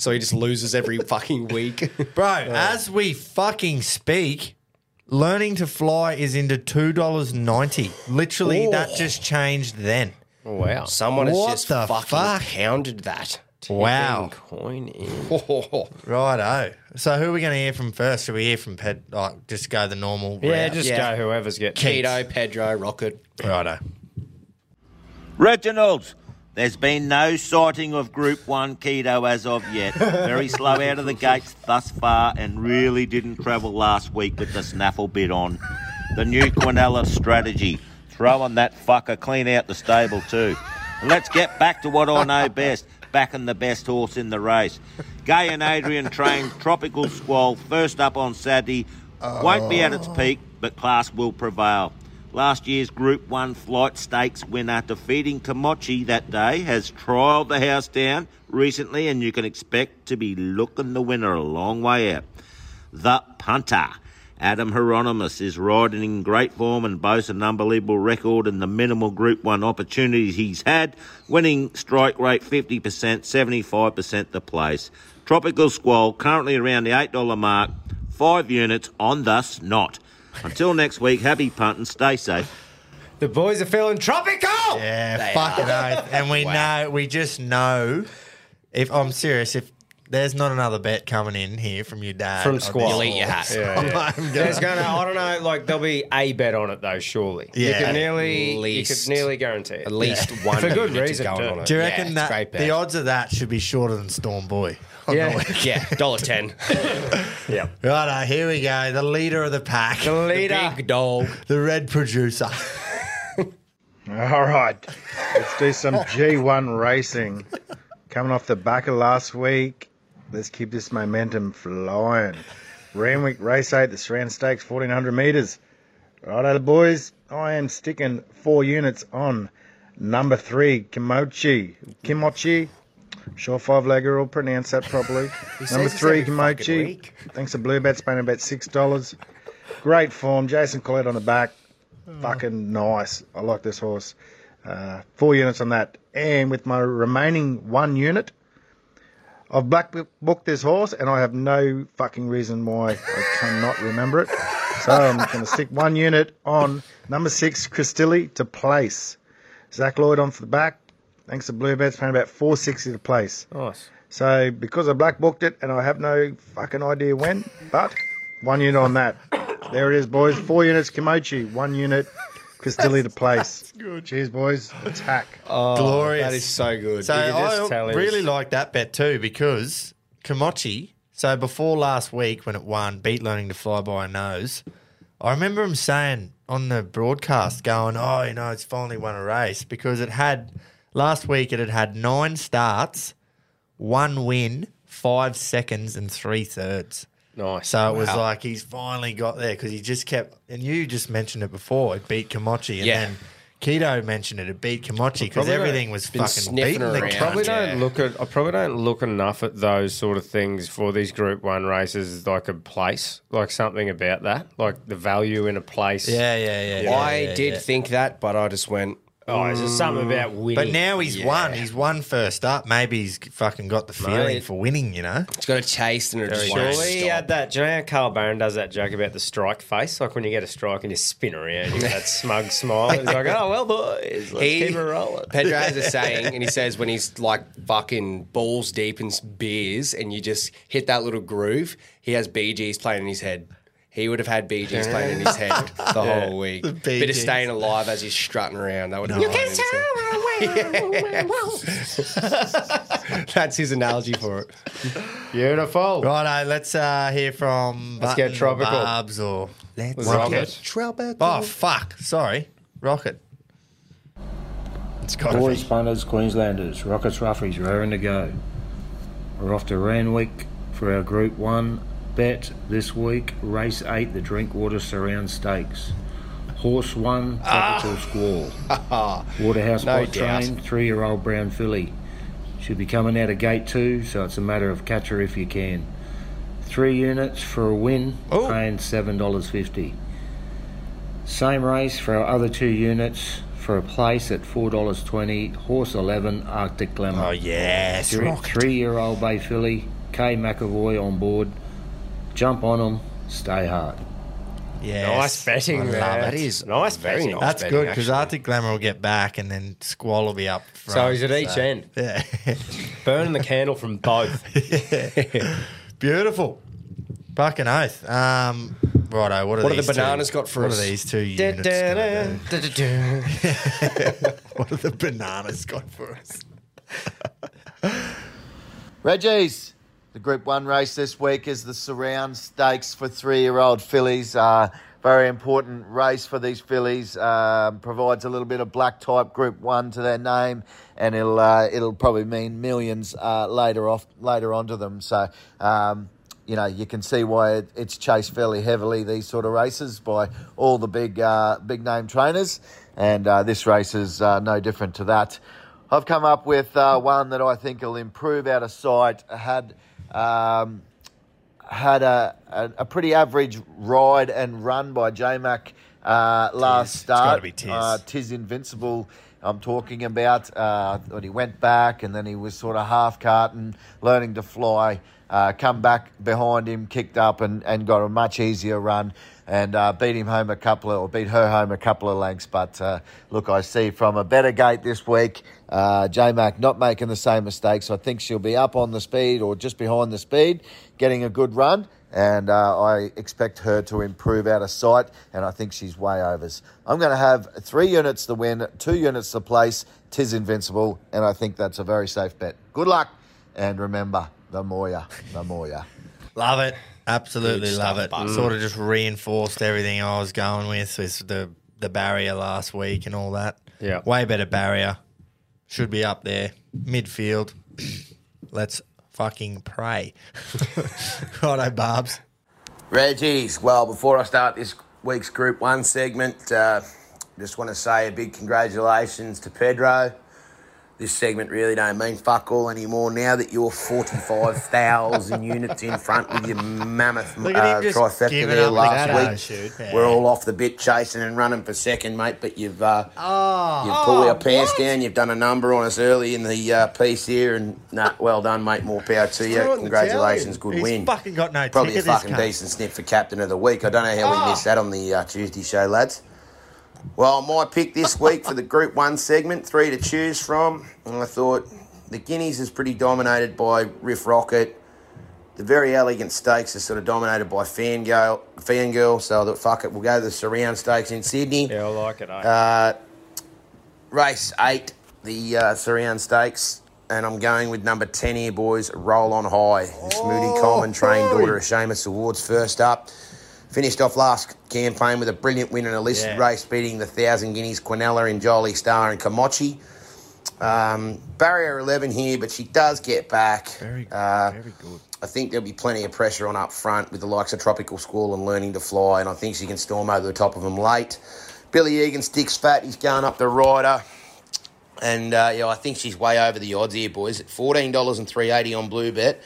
so he just loses every fucking week.
Bro, as we fucking speak, learning to fly is into two dollars ninety. Literally, that just changed then.
wow.
Someone has
Oh, What
just
the
fucking
fuck?
hounded that.
Wow.
Coin in.
Righto. So who are we going to hear from first? Should we hear from Ped? Like, just go the normal.
Yeah,
route?
just
Yeah.
go whoever's getting.
Keto, Pedro, Rocket.
righto.
Reginald, there's been no sighting of Group 1 keto as of yet. Very slow out of the gates thus far and really didn't travel last week with the snaffle bit on. The new Quinella strategy. Throwing that fucker clean out the stable too. And let's get back to what I know best, backing the best horse in the race. Gay and Adrian trained Tropical Squall first up on Saturday. Won't be at its peak, but class will prevail. Last year's Group 1 flight stakes winner defeating Komachi that day has trialled the house down recently, and you can expect to be looking the winner a long way out. The punter. Adam Hieronymus is riding in great form and boasts an unbelievable record in the minimal Group 1 opportunities he's had, winning strike rate 50%, 75% the place. Tropical Squall currently around the $8 mark, five units on thus not. Until next week, happy punting, stay safe.
The boys are feeling tropical.
Yeah, fucking oath. And we know, we just know. If I'm serious, if there's not another bet coming in here from your dad,
From
on this
Squall. You'll
eat your
horse,
hat.
Yeah,
I'm
yeah.
like, I'm gonna-
There's gonna, I don't know, like there'll be a bet on it though. Surely,
Yeah.
you could nearly, you
least-
could nearly guarantee it.
At least one
For good
unit is
reason,
going
too.
on it.
Do you
Yeah,
reckon
it's a
that
great bet.
the odds of that should be shorter than Storm Boy?
Yeah,
yeah, dollar ten.
yeah.
Righto, here we go. The leader of the pack,
The leader.
Big dog.
the red producer.
All right, let's do some G1 racing. Coming off the back of last week, let's keep this momentum flowing. Ramwick Race 8, the Strand Stakes, 1400 metres. Righto, boys, I am sticking four units on number three, Kimochi. Kimochi. Sure, five legger will pronounce that properly. number
says this
three,
every fucking
Kimochi.
week.
Thanks to Blue Bet's paying about $6. Great form. Jason Collette on the back. Fucking nice. I like this horse. Uh, four units on that. And with my remaining one unit, I've black book- booked this horse and I have no fucking reason why I cannot remember it. So I'm going to stick one unit on number six, Cristilli, to place. Zach Lloyd on for the back. Thanks to Blue Bets, paying about four sixty to place.
Nice.
So because I black booked it, and I have no fucking idea when, but one unit on that. There it is, boys. Four units, Kimochi. One unit, Castilli to place.
good.
Cheers, boys. Attack.
Oh,
Glorious. So
So
I really like that bet too because Kimochi. So before last week when it won, beat Learning to Fly by a nose. I remember him saying on the broadcast, going, "Oh, you know, it's finally won a race because it had last week. It had had nine starts, one win, five seconds, and three thirds.
Nice.
So it was
Wow.
like he's finally got there because he just kept. And you just mentioned it before. It beat Kimochi, and
Yeah.
then Keto mentioned it. It beat Kimochi because
Probably don't-
everything was fucking beaten. The
I
probably
probably don't look at. I probably don't look enough at those sort of things for these Group One races, like a place, like something about that, like the value in a place.
Yeah, yeah, yeah,
I did think that, but I just went.
Oh, is there something about winning?
But now he's won. He's won first up. Maybe he's fucking got the feeling
Mate.
for winning. You know,
it's got a taste and it
Very
Surely he had that. Do you know how Carl Barron does that joke about the strike face? Like when you get a strike and you spin around, you got that smug smile. It's like, oh well, boys, let's
He-
keep it rolling.
Pedro has a saying, and he says when he's like fucking balls deep in s- beers, and you just hit that little groove, he has BGs playing in his head. He would have had BGs playing in his head the
Yeah.
whole week.
The
Bit of
BGs.
staying alive as he's strutting around. That would have
You
been
can
his head. That's his analogy for it.
Beautiful.
Righto, let's uh, hear from.
Let's get
Button or
tropical.
Barbs or
Let's
Rocket.
get tropical.
Oh fuck! Sorry, Rocket. It's got to
Boys, punters, Queenslanders, Rockets, Roughies, raring to go. We're off to Ranwick for our Group 1 bet this week. Race 8, the Drinkwater Surround Stakes. Horse 1, Tropical Squall. Waterhouse
No
Bolt
doubt.
Train, three-year-old brown filly. Should be coming out of gate 2, so it's a matter of catch her if you can. Three units for a win, paying $7.50. Same race for our other two units for a place at four dollars twenty. Horse eleven, Arctic Glamour. Oh
yes,
three, three-year-old bay filly. Kay McAvoy on board. Jump on 'em, Stay hard.
Yes.
Nice betting
I love
there.
it.
That is nice
Very
betting.
That's
betting,
good because Arctic Glamour will get back and then Squall will be up front.
So he's at each
so-
end.
Yeah.
Burning the candle from both.
Beautiful. Fucking oath. Um, righto, what are
What have
these
the bananas
two?
got for
what
us?
are these two
Da,
units?
da,
gonna
da,
do? what have the bananas got for us?
Reggie's. The Group 1 race this week is the Surround Stakes for three-year-old fillies. Uh, very important race for these fillies. Um provides a little bit of black type Group 1 to their name, and it'll uh, it'll probably mean millions uh, later off later on to them. So. Um, you know, you can see why it, it's chased fairly heavily these sort of races by all the big, uh, big name trainers, and uh, this race is uh, no different to that. I've come up with uh, one that I think will improve out of sight. Had um, had a, a, a pretty average ride and run by J Mac uh, last start.
gotta be Tiz.
Uh, Tiz Invincible, I'm talking about. Uh, I thought he went back and then he was sort of half carton, learning to fly. Uh, come back behind him, kicked up and, and got a much easier run and uh, beat him home a couple of, or beat her home a couple of lengths. But uh, look, I see from a better gate this week, uh, J Mac not making the same mistakes. I think she'll be up on the speed or just behind the speed, getting a good run. And uh, I expect her to improve out of sight, and I think she's way overs. I'm going to have three units to win, two units to place. Tis invincible, and I think that's a very safe bet. Good luck, and remember, the Moya, the Moya.
Love it. Absolutely
Good
love
stuff,
it.
bud.
Sort of just reinforced everything I was going with with the the barrier last week and all that.
Yeah.
Way better barrier. Should be up there. Midfield. Let's fucking pray. Righto, Barbs.
Reggie's. Well, before I start this week's Group 1 segment, uh, just want to say a big congratulations to Pedro. This segment really don't mean fuck all anymore now that you're 45,000 units in front with your mammoth
Look at him
uh,
just
trifecta
giving
there
up
last
that
week.
attitude. Yeah.
We're all off the bit chasing and running for second, mate, but you've... Uh,
Oh,
You've pulled our pants down. You've done a number on us early in the uh, piece here, and nah, well done, mate. More power to you.
Throw it in the
Congratulations,
towel.
good
He's
win.
fucking got no Ah.
Probably a
ticket, this
fucking
cunt.
decent snip for captain of the week. I don't know how we missed that on the uh, Tuesday show, lads. Well, my pick this week for the Group 1 segment, three to choose from. And I thought the Guineas is pretty dominated by Riff Rocket. The very elegant stakes are sort of dominated by Fangirl, Fangirl so I thought, fuck it, we'll go to the surround stakes in Sydney.
Yeah, I like it, eh?
Uh, race eight, the uh, surround stakes, and I'm going with number 10 here, boys. Roll on high. The Smoothie Coleman, trained daughter of Seamus Awards, first up. Finished off last campaign with a brilliant win in a listed
Yeah.
race, beating the Thousand Guineas Quinella and Jolly Star and Comanche. Um, barrier 11 here, but she does get back. Very good. very good. I think there'll be plenty of pressure on up front with the likes of Tropical School and Learning to Fly, and I think she can storm over the top of them late. Billy Egan sticks fat. He's going up the rider. And uh, yeah, I think she's way over the odds here, boys. At fourteen dollars and three eighty on Blue Bet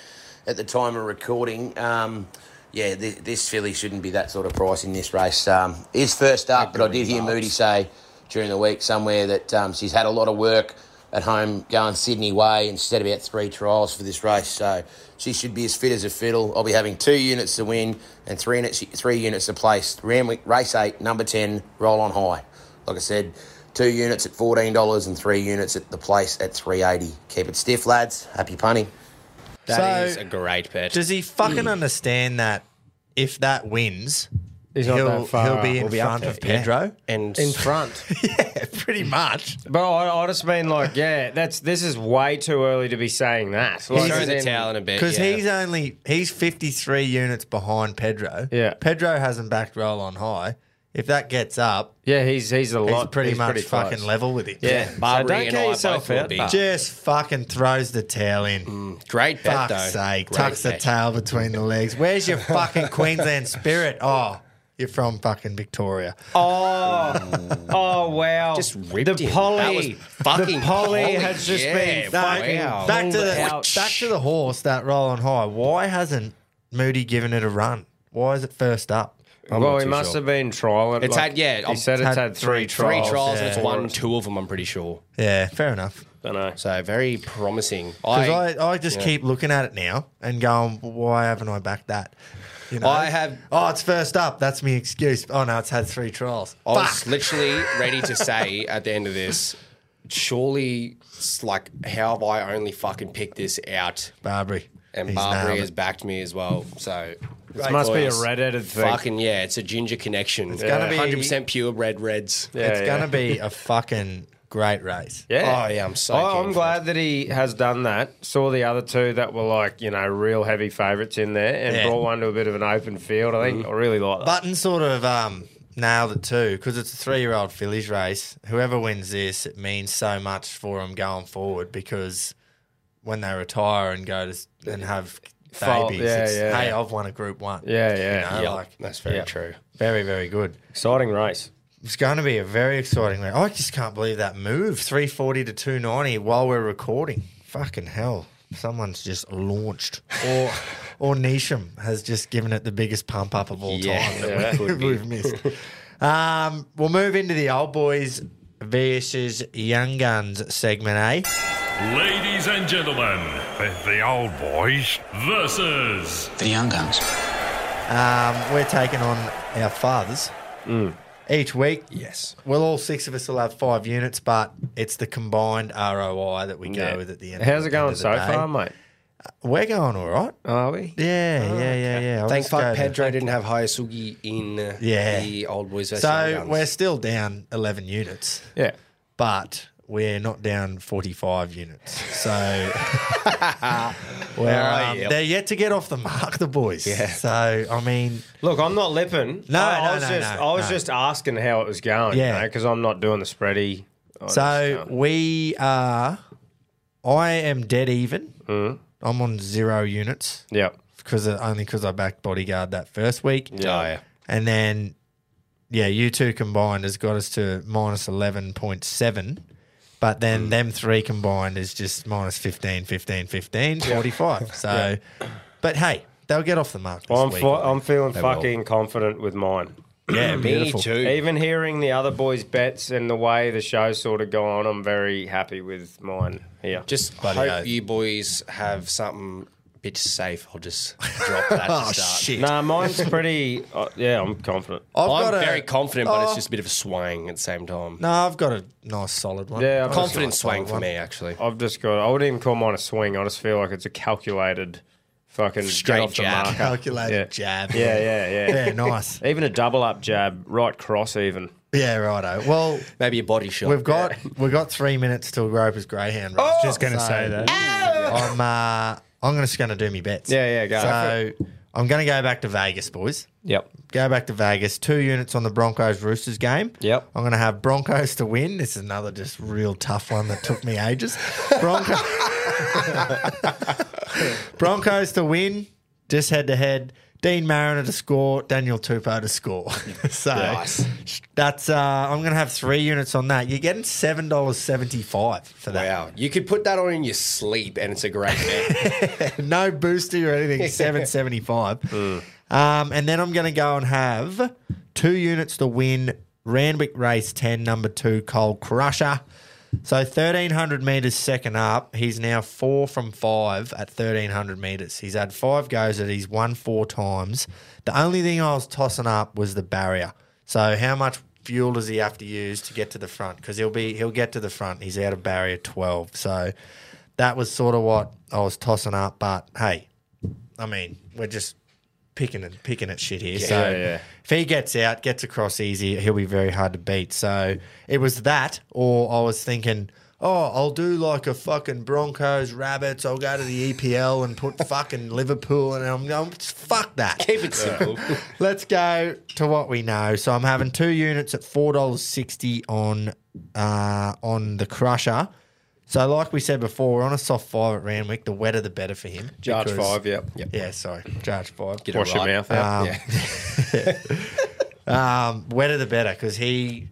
at the time of recording. Um, yeah, th- this filly shouldn't be that sort of price in this race. Um, is first up, but I did hear Moody say during the week somewhere that um, she's had a lot of work at home going Sydney way and she's had about three trials for this race, so she should be as fit as a fiddle. I'll be having two units to win and three units three units to place. Ramwick race eight, number ten, roll on high. Like I said, two units at fourteen dollars and three units at the place at three eighty. Keep it stiff, lads. Happy punning.
That is
a great bet.
Does he fucking understand that if that wins,
He's not
he'll,
that far
he'll
up.
be in
We'll be up
front
there,
of Pedro?
yeah. And-
in
In front.
yeah, pretty much.
But I, I just mean like, yeah, that's this is way too early to be saying that. Like, as in-
Because he's only he's fifty three units behind Pedro. Yeah, Pedro hasn't backed roll on high. If that gets up,
yeah, he's he's a lot-
pretty
he's
much
pretty close.
fucking level with him.
Yeah, So Barbary don't and get I yourself both would out, be. but-
Just fucking throws the tail in.
great
Fuck's
bet, though.
sake,
Mm, Great
tucks the
bet.
tail between the legs. Where's your fucking Queensland spirit? Oh, you're from fucking Victoria.
Oh, oh wow! Just ripped the poly,
That was
the poly, has just been fucking
back to
pulled
the
out.
back to the horse that roll on high. Why hasn't Moody given it a run? Why is it first up?
well, he must have been trialing.
It's
like,
had- yeah,
He
I'm-
said it's had, three trials.
Three trials, and
Yeah.
it's won two of them. I'm pretty sure.
Yeah, fair enough.
Don't know.
So very promising.
Because I, I, just
Yeah.
keep looking at it now and going, why haven't I backed that? You know?
I have-
Oh, it's first up. That's my excuse. Oh no, it's had three trials.
I was literally ready to say at the end of this, surely, it's like, how have I only fucking picked this out?
Barbary.
And
He's
Barbary
nailed
has
it.
backed me as well. So
This must be a redheaded thing.
Fucking yeah, it's a ginger connection. It's
gonna be-
100% pure red reds.
it's gonna be a fucking great race.
Yeah.
Oh yeah, I'm so.
I, am glad that he has done that. Saw the other two that were like you know real heavy favourites in there, and
Yeah.
brought one to a bit of an open field. I think I really like that.
Button sort of um, nailed it too because it's a three-year-old fillies race. Whoever wins this, it means so much for them going forward because when they retire and go to s- and have
Fol-
babies,
yeah,
it's,
yeah.
hey, I've won a Group One.
Yeah, yeah,
You know,
Yep.
like-
That's very
Yeah.
true.
Very, very good.
Exciting race.
It's going to be a very exciting race. I just can't believe that move, three forty to two ninety, while we're recording. Fucking hell! Someone's just launched, or or Nisham has just given it the biggest pump up of all
Yeah,
time that
yeah,
we,
could be.
we've missed. Um, we'll move into the old boys versus young guns segment, eh?
Ladies and gentlemen, the, the old boys versus the young guns.
Um, we're taking on our fathers
Mm.
each week.
Yes.
Well, all six of us will have five units, but it's the combined ROI that we go
Yeah.
with at the end.
How's
of-
it going
end of the
so
day.
far, mate?
We're going all right.
Oh,
Are we?
Yeah, yeah, yeah, yeah. I'll
Thank
just
fuck
go to-
oh, Pedro didn't have Hayasugi in uh,
Yeah.
the old boys. versus young
So
guns.
we're still down 11 units.
Yeah.
But we're not down 45 units. So we're,
Ah,
um,
yep.
they're yet to get off the mark, the boys. Yeah. So, I mean,
Look, I'm not lipping.
No,
I,
no,
I was
no,
just,
no,
I was
no.
just asking how it was going.
Yeah.
Yeah, because I'm not doing the spready. I just-
so we are, I am dead even.
Hmm.
I'm on zero units.
Yep.
Because only because I backed bodyguard that first week.
Oh, yeah.
And then, yeah, you two combined has got us to minus 11.7. But
Mm.
then them three combined is just minus 15, 15, 15, 45. So, but hey, they'll get off the mark.
Well,
this week,
I'm, fe-
I think.
I'm feeling fucking confident with mine.
Yeah, Me beautiful. too.
Even hearing the other boys' bets and the way the show's sort of gone, I'm very happy with mine. Yeah,
just hope you boys have something bit safe. I'll just drop that to
Oh,
start.
shit. Nah, mine's pretty. Uh, yeah, I'm confident.
i
Oh,
I've
am
got a-
very confident, but
Oh.
it's just a bit of a swang at the same time.
No, I've got a nice solid one.
Yeah,
I've got a
confident
nice
swang
solid
for
one.
me actually.
I've just got. I wouldn't even call mine a swing. I just feel like it's a calculated, fucking
Straight
get off the
jab.
marker.
Calculated
Yeah.
jab.
Yeah, yeah, yeah.
Yeah, nice.
Even a double up jab, right cross, even.
Yeah, righto. Well,
maybe a body shot.
We've got we've got three minutes till Roper's Greyhound. Right?
just gonna say that.
I'm uh, I'm just going to do my bets.
Yeah, yeah, go.
So I'm going to go back to Vegas, boys.
Yep.
Go back to Vegas. Two units on the Broncos Roosters game.
Yep.
I'm going to have Broncos to win. This is another just real tough one that took me ages. Broncos. Broncos to win, just head to head. Dean Mariner to score, Daniel Tupou to score. so
Nice.
that's uh, I'm going to have three units on that. You're getting seven dollars seventy five for that.
Wow, you could put that on in your sleep, and it's a great bet.
no booster or anything. Seven seventy five. Um, and then I'm going to go and have two units to win Randwick Race Ten, number two Coal Crusher. So thirteen hundred meters second up. He's now four from five at thirteen hundred meters. He's had five goes at. it. He's won four times. The only thing I was tossing up was the barrier. So how much fuel does he have to use to get to the front? Because he'll be he'll get to the front. He's out of barrier twelve. So that was sort of what I was tossing up. But hey, I mean, we're just picking and picking at shit here.
Yeah,
so
yeah.
if he gets out, gets across easy, he'll be very hard to beat. So it was that, or I was thinking. Oh, I'll do like a fucking Broncos, Rabbits. I'll go to the EPL and put fucking Liverpool, and I'm going, fuck that.
Keep it simple.
Let's go to what we know. So I'm having two units at four dollars sixty on uh, on the crusher. So like we said before, we're on a soft five at Randwick. The wetter, the better for him.
Charge
because-
five, yep. yep.
Yeah, sorry, charge five.
Get it Wash your right. mouth out.
Um, um, wetter the better because he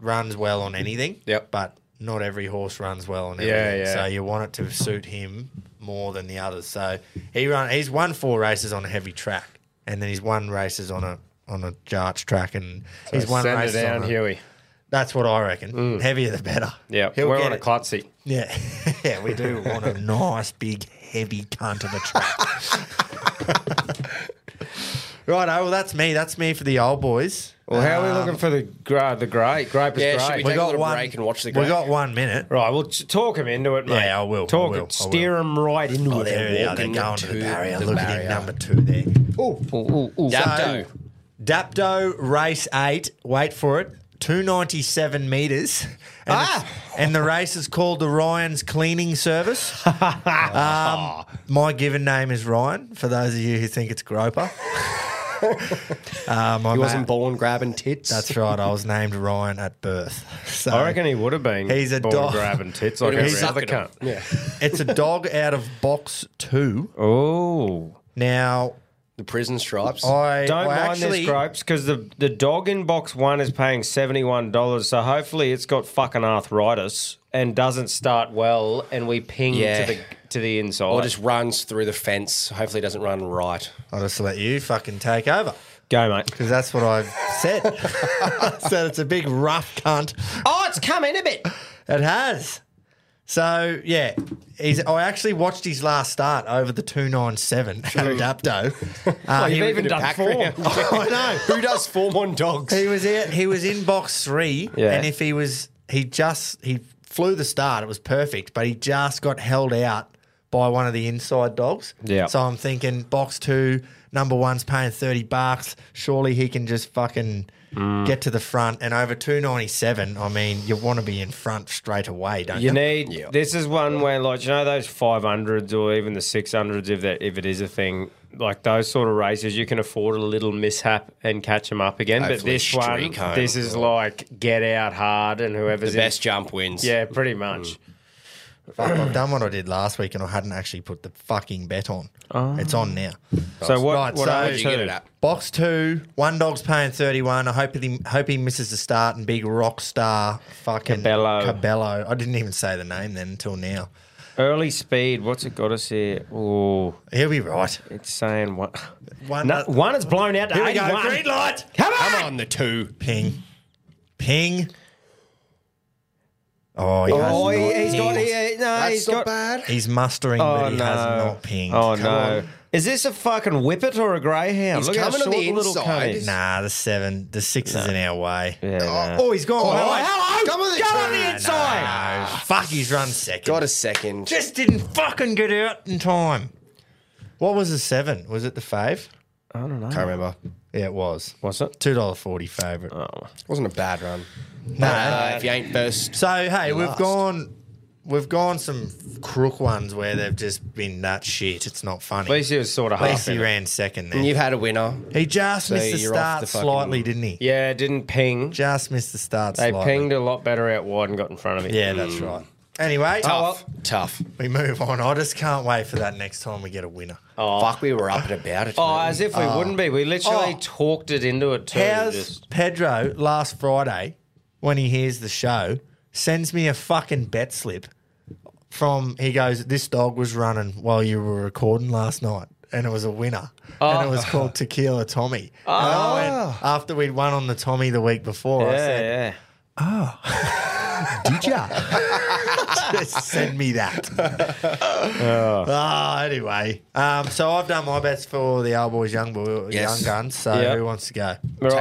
runs well on anything. Yep. But not every horse runs well on
Yeah,
everything.
yeah.
So you want it to suit him more than the others. So he run he's won four races on a heavy track, and then he's won races on a on a jarch track, and
So
he's won
send it
races
down,
on a-
Huey.
That's what I reckon. Heavier the better.
Yeah,
He'll
we're
get
on a
it.
klutzy.
Yeah, yeah, we do want a nice big heavy cunt of a track. right, oh well, that's me. That's me for the old boys.
Well, how are we
Um,
looking for the gra- the grape? Grape is
Yeah,
great.
should we We take a got little one- break and watch the we grape? got one minute.
Right, well, t- talk him into it, mate.
Yeah, I will, I
Talk
will, I will.
it. Steer him right into
Oh,
it.
there they are. They're
Walking
going to the
to
barrier.
the
Look at
barrier.
him, number two there. Oh,
Dapto.
Dapto race eight. Wait for it. 297 metres. And, the, and the race is called the Ryan's Cleaning Service. um, my given name is Ryan, for those of you who think it's Groper. um,
he wasn't born grabbing tits.
That's right. I was named Ryan at birth. So
I reckon he would have been.
He's a
born
dog.
grabbing tits like
He's
every other
sucking 'em.
cunt.
Yeah.
it's a dog out of box two.
Oh.
Now,
the prison stripes.
I
Don't
I
mind
actually-
this, Gropes, because the, the dog in box one is paying $71, so hopefully it's got fucking arthritis and doesn't start well and we ping
Yeah.
to the to the inside.
Or just runs through the fence. Hopefully, it doesn't run right.
I'll just let you fucking take over.
Go, mate.
Because that's what I've said. I said it's a big rough cunt.
Oh, it's come in a bit.
It has. So, yeah. He's, I actually watched his last start over the 297 at Adapto. Uh,
Oh, you've
he was-
even done Packer. form.
I know.
Who does form on dogs?
He was in, he was in box three,
Yeah.
and if he was, he just he flew the start. It was perfect, but he just got held out by one of the inside dogs.
Yeah.
So I'm thinking box two, number one's paying thirty bucks. Surely he can just fucking
Mm.
get to the front and over two ninety seven. I mean, you want to be in front straight away, don't you?
You need this is one where like you know those five hundreds or even the six hundreds if that if it is a thing like those sort of races you can afford a little mishap and catch them up again. but
Hopefully
this one,
streak home.
this is like get out hard and
The
whoever's in-
best jump wins.
Yeah, pretty much.
Mm. Fuck, I've done what I did last week, and I hadn't actually put the fucking bet on. It's on now.
Oh. So what?
Right,
what
so-
are
What'd
you
you get
two?
it Box two, one dog's paying thirty one. I hope he hope he misses the start and big rock star fucking
Cabello.
Cabello. I didn't even say the name then until now.
Early speed. What's it got us here? Oh,
he'll be right.
It's saying one.
One-
One, no, one is blown out to
Here we go.
81.
Green light.
Come on.
the two.
Ping, ping. Oh, he has
Oh,
not
he- he's got-
pinged.
he- no, That's he's not got- bad.
He's mustering,
Oh,
but he has
no.
not pinged.
Oh,
Come
no.
on.
Is this a fucking whippet or a greyhound?
He's
Look how
coming on
short
the
little cunt is.
Nah, the seven, the six is in our way.
Yeah,
Oh, he's gone.
Oh,
well.
hello.
Come on the,
Go on the inside.
No, fuck, he's run second. Got
a second.
Just didn't fucking get out in time. What was the seven? Was it the fave?
I don't know.
Can't remember.
Yeah, it was.
Was it
two dollar forty favourite?
Oh.
Wasn't a bad run.
No,
Uh, if you ain't first.
So hey,
you're
we've
last.
gone, we've gone some crook ones where they've just been nut shit. It's not funny.
At least he was sort of
At least
half in
he
it.
ran second there.
And you've had a winner.
He just
So
missed the
you're off
start
the fucking-
slightly, didn't he?
Yeah, didn't ping.
Just missed the start
They
slightly.
pinged Mm. a lot better out wide and got in front of it.
Yeah, that's right. Anyway,
Tough.
Tough.
We move on. I just can't wait for that next time we get a winner.
Oh. Fuck,
we were up and about it.
Oh, as if we
Oh.
wouldn't be. We literally
Oh.
talked it into it too.
How's
Just-
Pedro last Friday when he hears the show sends me a fucking bet slip from he goes this dog was running while you were recording last night and it was a winner and it was
Oh.
called Tequila Tommy. And I went- after we'd won on the Tommy the week before, I
Yeah,
said, "Oh, did ya? Just send me that."
Oh.
Ah, anyway, um, so I've done my bets for the old boys, young boy,
Yes.
young guns. So
Yep.
who wants to go?
Righto.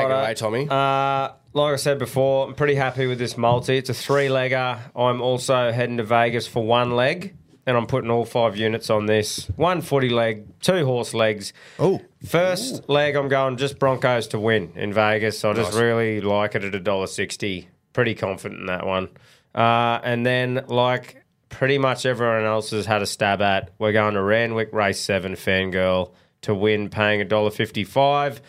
Uh, like I said before, I'm pretty happy with this multi. It's a three legger. I'm also heading to Vegas for one leg, and I'm putting all five units on this one footy leg, two horse legs.
Oh,
first leg, I'm going just Broncos to win in Vegas. I just
Nice.
really like it at a dollar sixty. Pretty confident in that one. Uh, and then like pretty much everyone else has had a stab at, we're going to Ranwick Race Seven Fangirl to win, paying a dollar fifty five.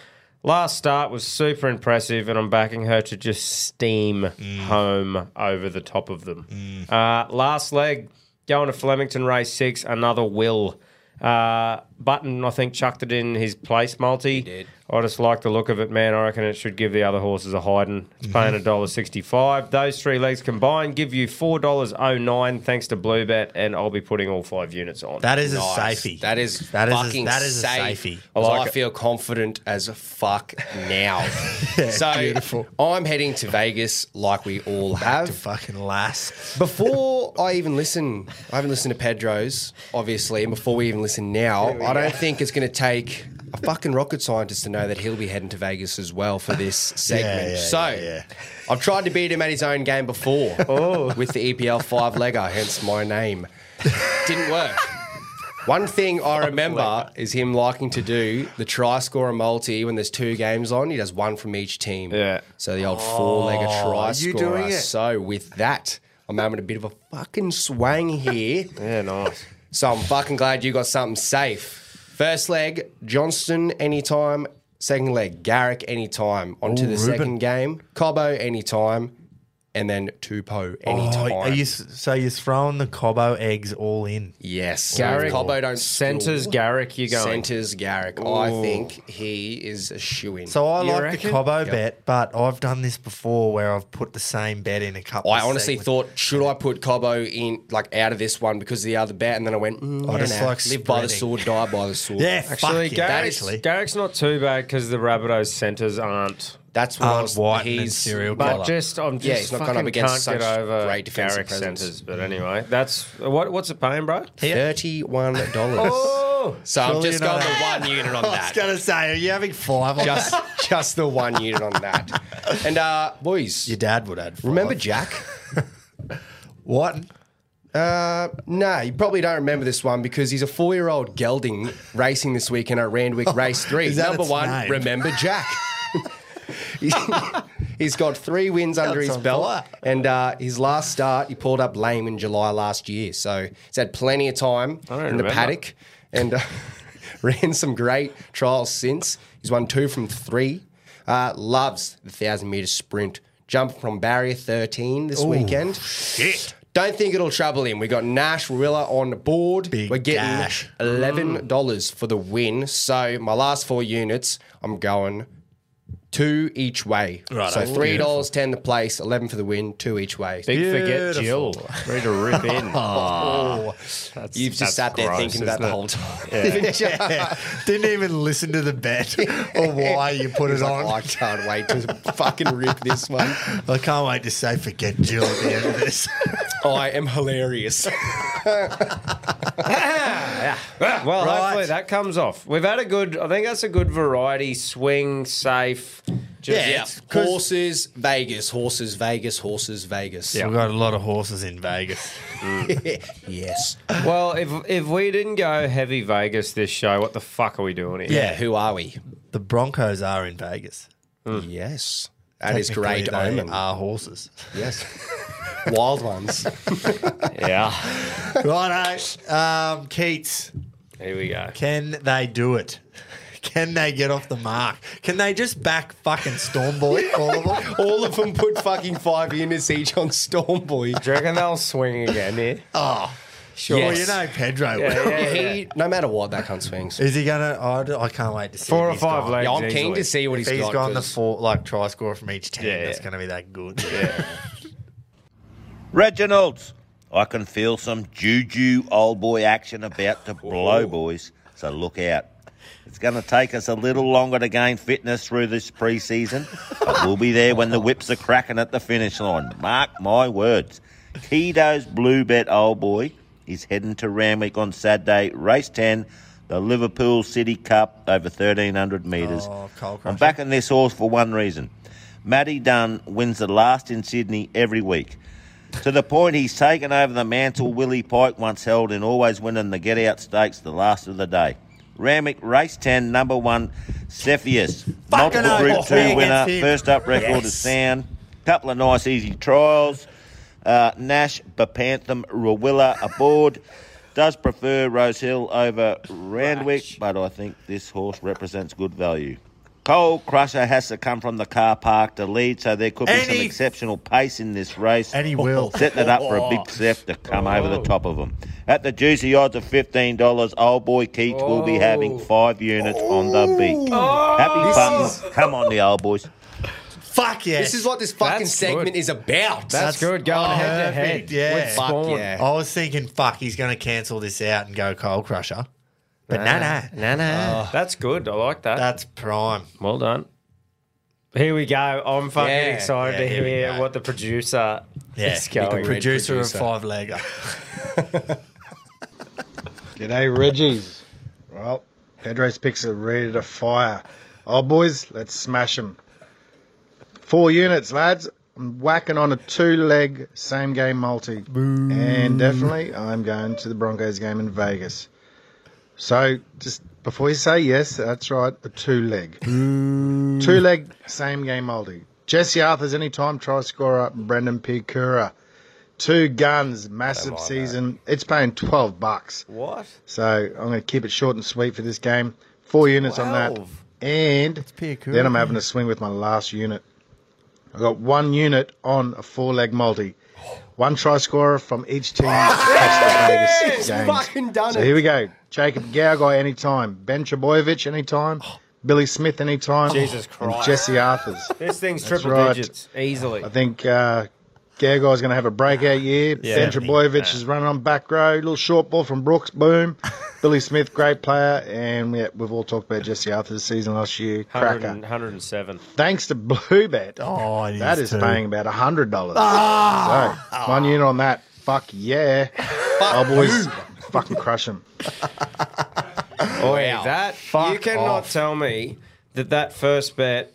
Last start was super impressive, and I'm backing her to just steam home over the top of them. Uh, last leg, going to Flemington race six, another will. Uh, Button, I think, chucked it in his place multi. did. I just like the look of it, man. I reckon it should give the other horses a hiding. It's paying a dollar sixty-five. Those three legs combined give you four dollars oh nine, thanks to Blue Bet, and I'll be putting all five units on.
That is a Nice. safety.
That is
That is a-
fucking
that is a
safe. Oh,
safety.
I,
I like it.
feel confident as fuck now. so I'm heading to Vegas like we all have.
fucking lass.
Before I even listen, I haven't listened to Pedro's, obviously, and before we even listen now,
Here we
I don't
go.
think it's going to take a fucking rocket scientist to know that he'll be heading to Vegas as well for this segment.
yeah, Oh.
so I've tried to beat him at his own game before with the EPL five legger, hence my name. Didn't work. One thing I remember is him liking to do the try scorer multi when there's two games on. He does one from each team. Yeah. So the old four legger
Oh,
try
you
scorer.
doing it?
So with that, I'm having a bit of a fucking swang here.
yeah, nice.
So I'm fucking glad you got something safe. First leg, Johnston anytime. Second leg, Garrick anytime. Onto
Ooh,
the
Ruben.
second game, Cobbo anytime. And then Tupo anytime.
are you s- so you're throwing the Cobbo eggs all in?
Yes, Garrick. Cobbo don't
centers
score.
Garrick. You going
Centers Garrick. I
Ooh.
think he is a shoe in.
So I
You
like
reckon?
the Cobbo
Yep.
bet, but I've done this before where I've put the same bet in a couple.
I
of
honestly
segments.
thought, should I put Cobbo in like out of this one because of the other bet? And then I went, mm,
I
I
just
just
like
live by the
spreading.
sword, die by the sword.
actually, Garrick's, Garrick's not too bad because the Rabbitohs centers aren't.
That's
Uh,
what I Aren't was- white and he's- serial
but
killer.
just I'm
Yeah,
just
he's not gone up
fucking
against
can't
such
get over
great defensive
Garrick
presence.
centers. But anyway, that's what what's it paying, bro?
Thirty-one dollars.
Oh,
so I'm
Surely
just
you're
going
not
the
out.
one unit on
I was
that.
gonna say, are you having five? On
Just, just the one unit on that. And uh, boys, your
dad would add. Five.
Remember Jack?
what?
Uh, no, you probably don't remember this one because he's a four-year-old gelding racing this weekend at Randwick Race Three.
Oh, Is that
Number
its
one,
name?
remember Jack. he's got three wins under
That's
his
on
belt,
fire.
and uh, his last start he pulled up lame in July last year, so he's had plenty of time in the
remember.
paddock, and uh, ran some great trials since. He's won two from three. Uh, loves the thousand meter sprint. Jump from barrier thirteen this
Ooh,
weekend. Shit. Don't think it'll trouble him. We got Nash Rilla on the board. We're getting
Nash.
eleven dollars for the win. So my last four units, I'm going two each way.
Righto.
so
Ooh,
three dollars ten the place, eleven for the win, two each way.
Big forget Jill. Ready to rip in.
Oh, You've just sat there thinking that
about
the whole time.
Yeah. Didn't even listen to the bet or why you put
He's
it
like,
on.
I can't wait to fucking rip this one.
I can't wait to say forget Jill at the end of this.
I am hilarious.
Well, hopefully that comes off. We've had a good. I think that's a good variety. Swing safe.
horses, Vegas, horses, Vegas, horses, Vegas.
Yeah. We've
got a lot of horses in Vegas.
yes.
Well, if if we didn't go heavy Vegas this show, what the fuck are we doing here?
Yeah,
who are we?
The Broncos are in Vegas.
Yes.
That is great
Technically, they
omen.
Are horses.
Yes. Wild ones.
yeah.
Righto. Um, Keats.
Here we go.
Can they do it? Can they get off the mark? Can they just back fucking Stormboy? all of them?
All of them put fucking five units each on Stormboy.
Do you reckon they'll swing again here?
Oh,
sure.
Well, you know Pedro will.
He, no matter what, that cunt swings.
Is he gonna? I, d- I can't wait to see.
Four
if
or
he's
five
gone.
legs Yeah, I'm keen to easily. see what
if
he's
He's
got,
gone the
'cause-
four like try scorer from each team.
Yeah.
That's going to be that good.
Reginald's. I can feel some juju old boy action about to blow, boys. So look out. It's going to take us a little longer to gain fitness through this preseason, but we'll be there when the whips are cracking at the finish line. Mark my words. Kedo's Blue Bet Old Boy is heading to Ramwick on Saturday, race 10, the Liverpool City Cup over 1,300 metres.
Oh,
I'm backing this horse for one reason. Matty Dunn wins the last in Sydney every week. To the point he's taken over the mantle Willie Pike once held in always winning the get out stakes the last of the day. Ramick race 10, number one, Cepheus.
Fucking
Multiple
oath,
Group 2
man,
winner,
against him.
first up record
Yes.
is sound. Couple of nice easy trials. Uh, Nash, Bepantham, Rawilla aboard. Does prefer Rose Hill over Randwick, but I think this horse represents good value. Cole Crusher has to come from the car park to lead, so there could be some exceptional pace in this race. And
he will. Oh,
Setting it up for a big theft to come over the top of them. At the juicy odds of $15, old boy Keats
Oh.
will be having five units on the beat. Happy
This
fun.
is-
Come on, the old boys.
Fuck yeah.
This is what this fucking segment is about.
perfect, Yeah.
Fuck Oh, yeah.
I was thinking, fuck, he's going to cancel this out and go Coal Crusher. But nah, nah.
nah, nah.
Oh.
That's good. I like that.
That's prime.
Well done. Here we go. I'm fucking
Yeah.
excited
Yeah,
to
here we
hear
go.
what the producer
Yeah.
is going.
The producer, of Five Legger.
G'day, Reggie's. Well, Pedro's picks are ready to fire. Oh, boys, let's smash 'em. Four units, lads. I'm whacking on a two leg same game multi. And definitely, I'm going to the Broncos game in Vegas. So, just before you say yes, that's right, a two leg. Two leg same game multi. Jesse Arthur's anytime try scorer, Brendan Picura. Two guns, massive season. It's paying 12 bucks.
What?
So I'm going to keep it short and sweet for this game. Four units on that. And then I'm having a swing with my last unit. i got one unit on a four leg multi. One try scorer from each team. across the Vegas
Yes,
games.
fucking done
so
it.
here we go. Jacob Gaugai anytime. Ben Chaboyevich anytime.
Oh.
Billy Smith anytime.
Jesus
and
Christ.
Jesse Arthurs.
This thing's
That's
triple
right.
digits easily.
I think uh, Gagai's going to have a breakout year.
Yeah.
ben Trebojevic
Yeah.
is running on back row. Little short ball from Brooks. Boom. Billy Smith, great player. And yeah, we've all talked about Jesse Arthur's season last year.
100
Cracker.
and- 107.
Thanks to Bluebet.
Oh, it
that
is
is
too.
paying about $100.
Ah!
so, one unit on that. Fuck yeah. Our boys fucking crush him.
Oh, yeah. That, you cannot tell me that that first bet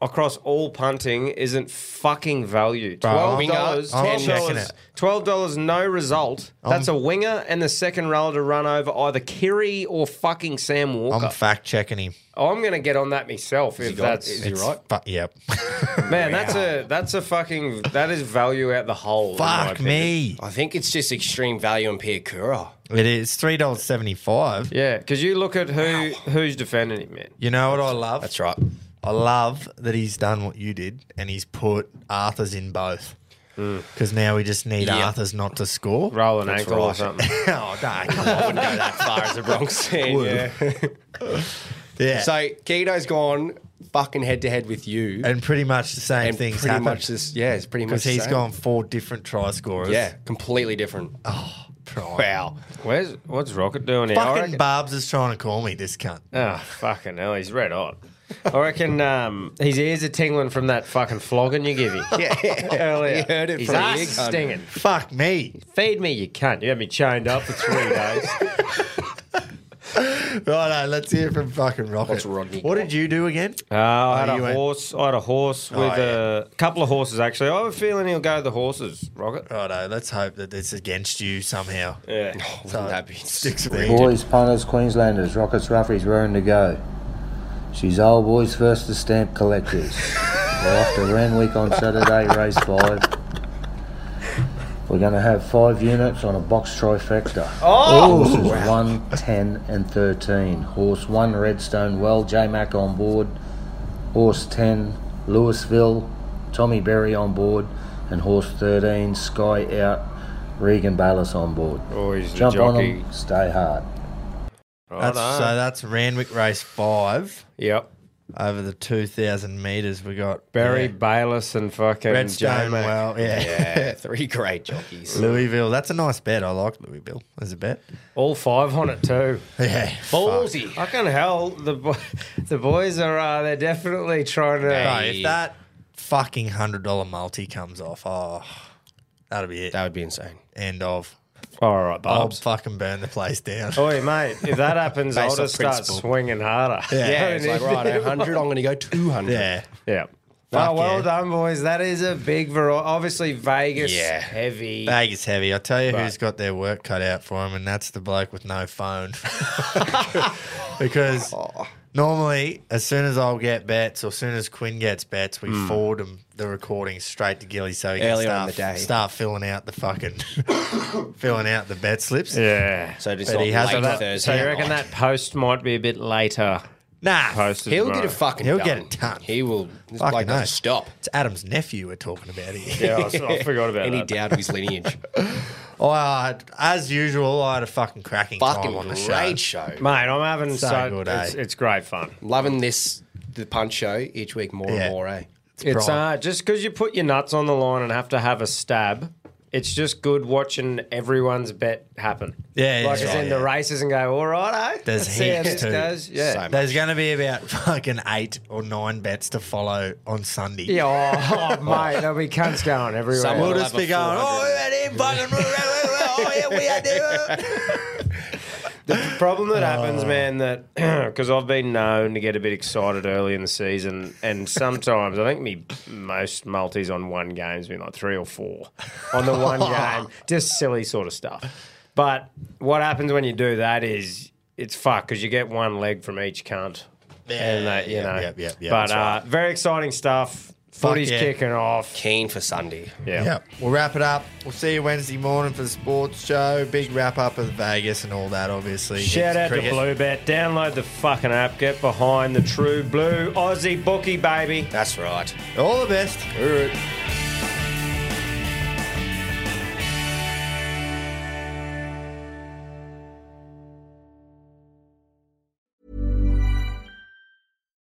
across all punting isn't fucking value.
Bro, I'm-
$12, $12,
I'm checking
$12,
it.
no result. That's a winger and the second roller to run over either Kiri or fucking Sam Walker.
I'm fact checking him.
Oh, I'm going to get on that myself if that's
It's fu- yep.
Man, that's a that's a fucking that is value out the hole. in my
Fuck
opinion.
me.
I think it's just extreme value on Piakura.
It is three dollars seventy five.
Yeah, because you look at who who's defending him, man.
You know what I love? That's
right.
I love that he's done what you did and he's put Arthur's in both.
Mm.
Because now we just need
Yeah.
Arthur's not to score.
Roll an ankle or something.
oh, nah, come on.
wouldn't go that far as a Bronx fan.
Would.
Yeah.
Yeah.
So Guido's gone fucking head to head with you.
and pretty much the same
And
things
pretty
happen.
much this, yeah, it's pretty much
Because
the
he's
same.
gone four different try scorers.
Yeah, completely different.
Wow. Where's what's Rocket doing here? I
Fucking
reckon-
Barbs is trying to call me this cunt.
Oh, fucking hell, he's red hot. I reckon um, his ears are tingling from that fucking flogging you give him. earlier.
You heard it
his
from
ass
you,
is
cunt.
stinging. Fuck me. Feed me, you cunt. You had me chained up for three days.
Righto, let's hear from fucking Rocket. What did you do again?
Uh, I had
Oh,
a
you went-
horse. I had a horse
Oh,
with a couple of horses actually. I have a feeling he'll go to the horses. Rocket.
Righto, let's hope that it's against you somehow.
Yeah,
so that be sticks with you.
Boys, punters, Queenslanders, Rockets, Roughies, roaring to go. She's old boys first to stamp collectors. We're off to Randwick on Saturday, race five. We're going to have five units on a box trifecta.
Oh!
Horses
Wow.
1, 10, and 13. Horse 1, Redstone Well, J Mac on board. Horse 10, Louisville, Tommy Berry on board. And horse 13, Sky Out, Regan Bayless on board.
Oh, he's the
Jump on
jockey.
them, stay hard.
That's, so that's Randwick Race 5.
Yep.
Over the 2,000 metres, we got
Barry
yeah,
Bayless and fucking
Redstone.
J-Mac.
Well, yeah.
three great jockeys.
Louisville. That's a nice bet. I like Louisville as a bet.
All five on it too.
Yeah,
ballsy. Fucking hell, the bo- the boys are uh, they're definitely trying to.
Bro, if that fucking hundred dollar multi comes off, oh, that'd be it. That would be insane. End of.
All right, Barbs.
I'll fucking burn the place down.
Oi, mate, if that happens, I'll
Oh, Based on
just start
principle.
swinging harder.
Yeah. Yeah, it's like, right,
a
100, I'm
going to go 200. Yeah. Yeah.
Fuck
oh, well
yeah.
done, boys. That is a big variety. Obviously, Vegas heavy.
Vegas heavy. I tell you
Right.
who's got their work cut out for him, and that's the bloke with no phone. because normally, as soon as I'll get bets, or as soon as Quinn gets bets, we
Hmm.
forward him the recording straight to Gilly so he can
Earlier
start,
in the day.
start filling out the fucking filling out the bet slips.
Yeah. So
But he hasn't-
that- So you reckon that post might be a bit later?
Nah,
Posted
he'll
tomorrow.
get a fucking He'll get a done. ton.
He will.
This Fucking bloke doesn't oath. stop. It's Adam's nephew we're talking about here.
Yeah, I s- I forgot about
Any
that.
doubt of his lineage. oh, I had- as usual, I had a fucking cracking time on the show.
mate. I'm having so,
So good, eh?
it's, it's great fun.
Loving this the punch show each week more and more, eh?
It's, uh, just because you put your nuts on the line and have to have a stab. It's just good watching everyone's bet happen.
Yeah,
like
that's
as
right,
in the races and go, all right, eh?
There's
Let's see how
heaps
this
too.
goes." Yeah,
There's going to be about fucking eight or nine bets to follow on Sunday.
yeah. Oh, oh, mate, there'll be cunts going everywhere.
We'll just be going, oh, we had him fucking. Oh, yeah, we had him.
The problem that
Oh.
happens, man, that because I've been known to get a bit excited early in the season, and sometimes I think me most multis on one game's been like three or four on the one game, just silly sort of stuff. But what happens when you do that is it's fuck because you get one leg from each cunt, and that you know.
yep, yep, yep,
but
that's
uh,
right.
very exciting stuff. Footy's
yeah.
kicking off. Keen for Sunday. Yeah.
Yep. We'll wrap it up. We'll see you Wednesday morning for the sports show. Big wrap up of Vegas and all that, obviously. Heaps of
Shout out to
cricket.
Blue Bet. Download the fucking app. Get behind the true blue Aussie bookie, baby. That's right.
All the best.
All right.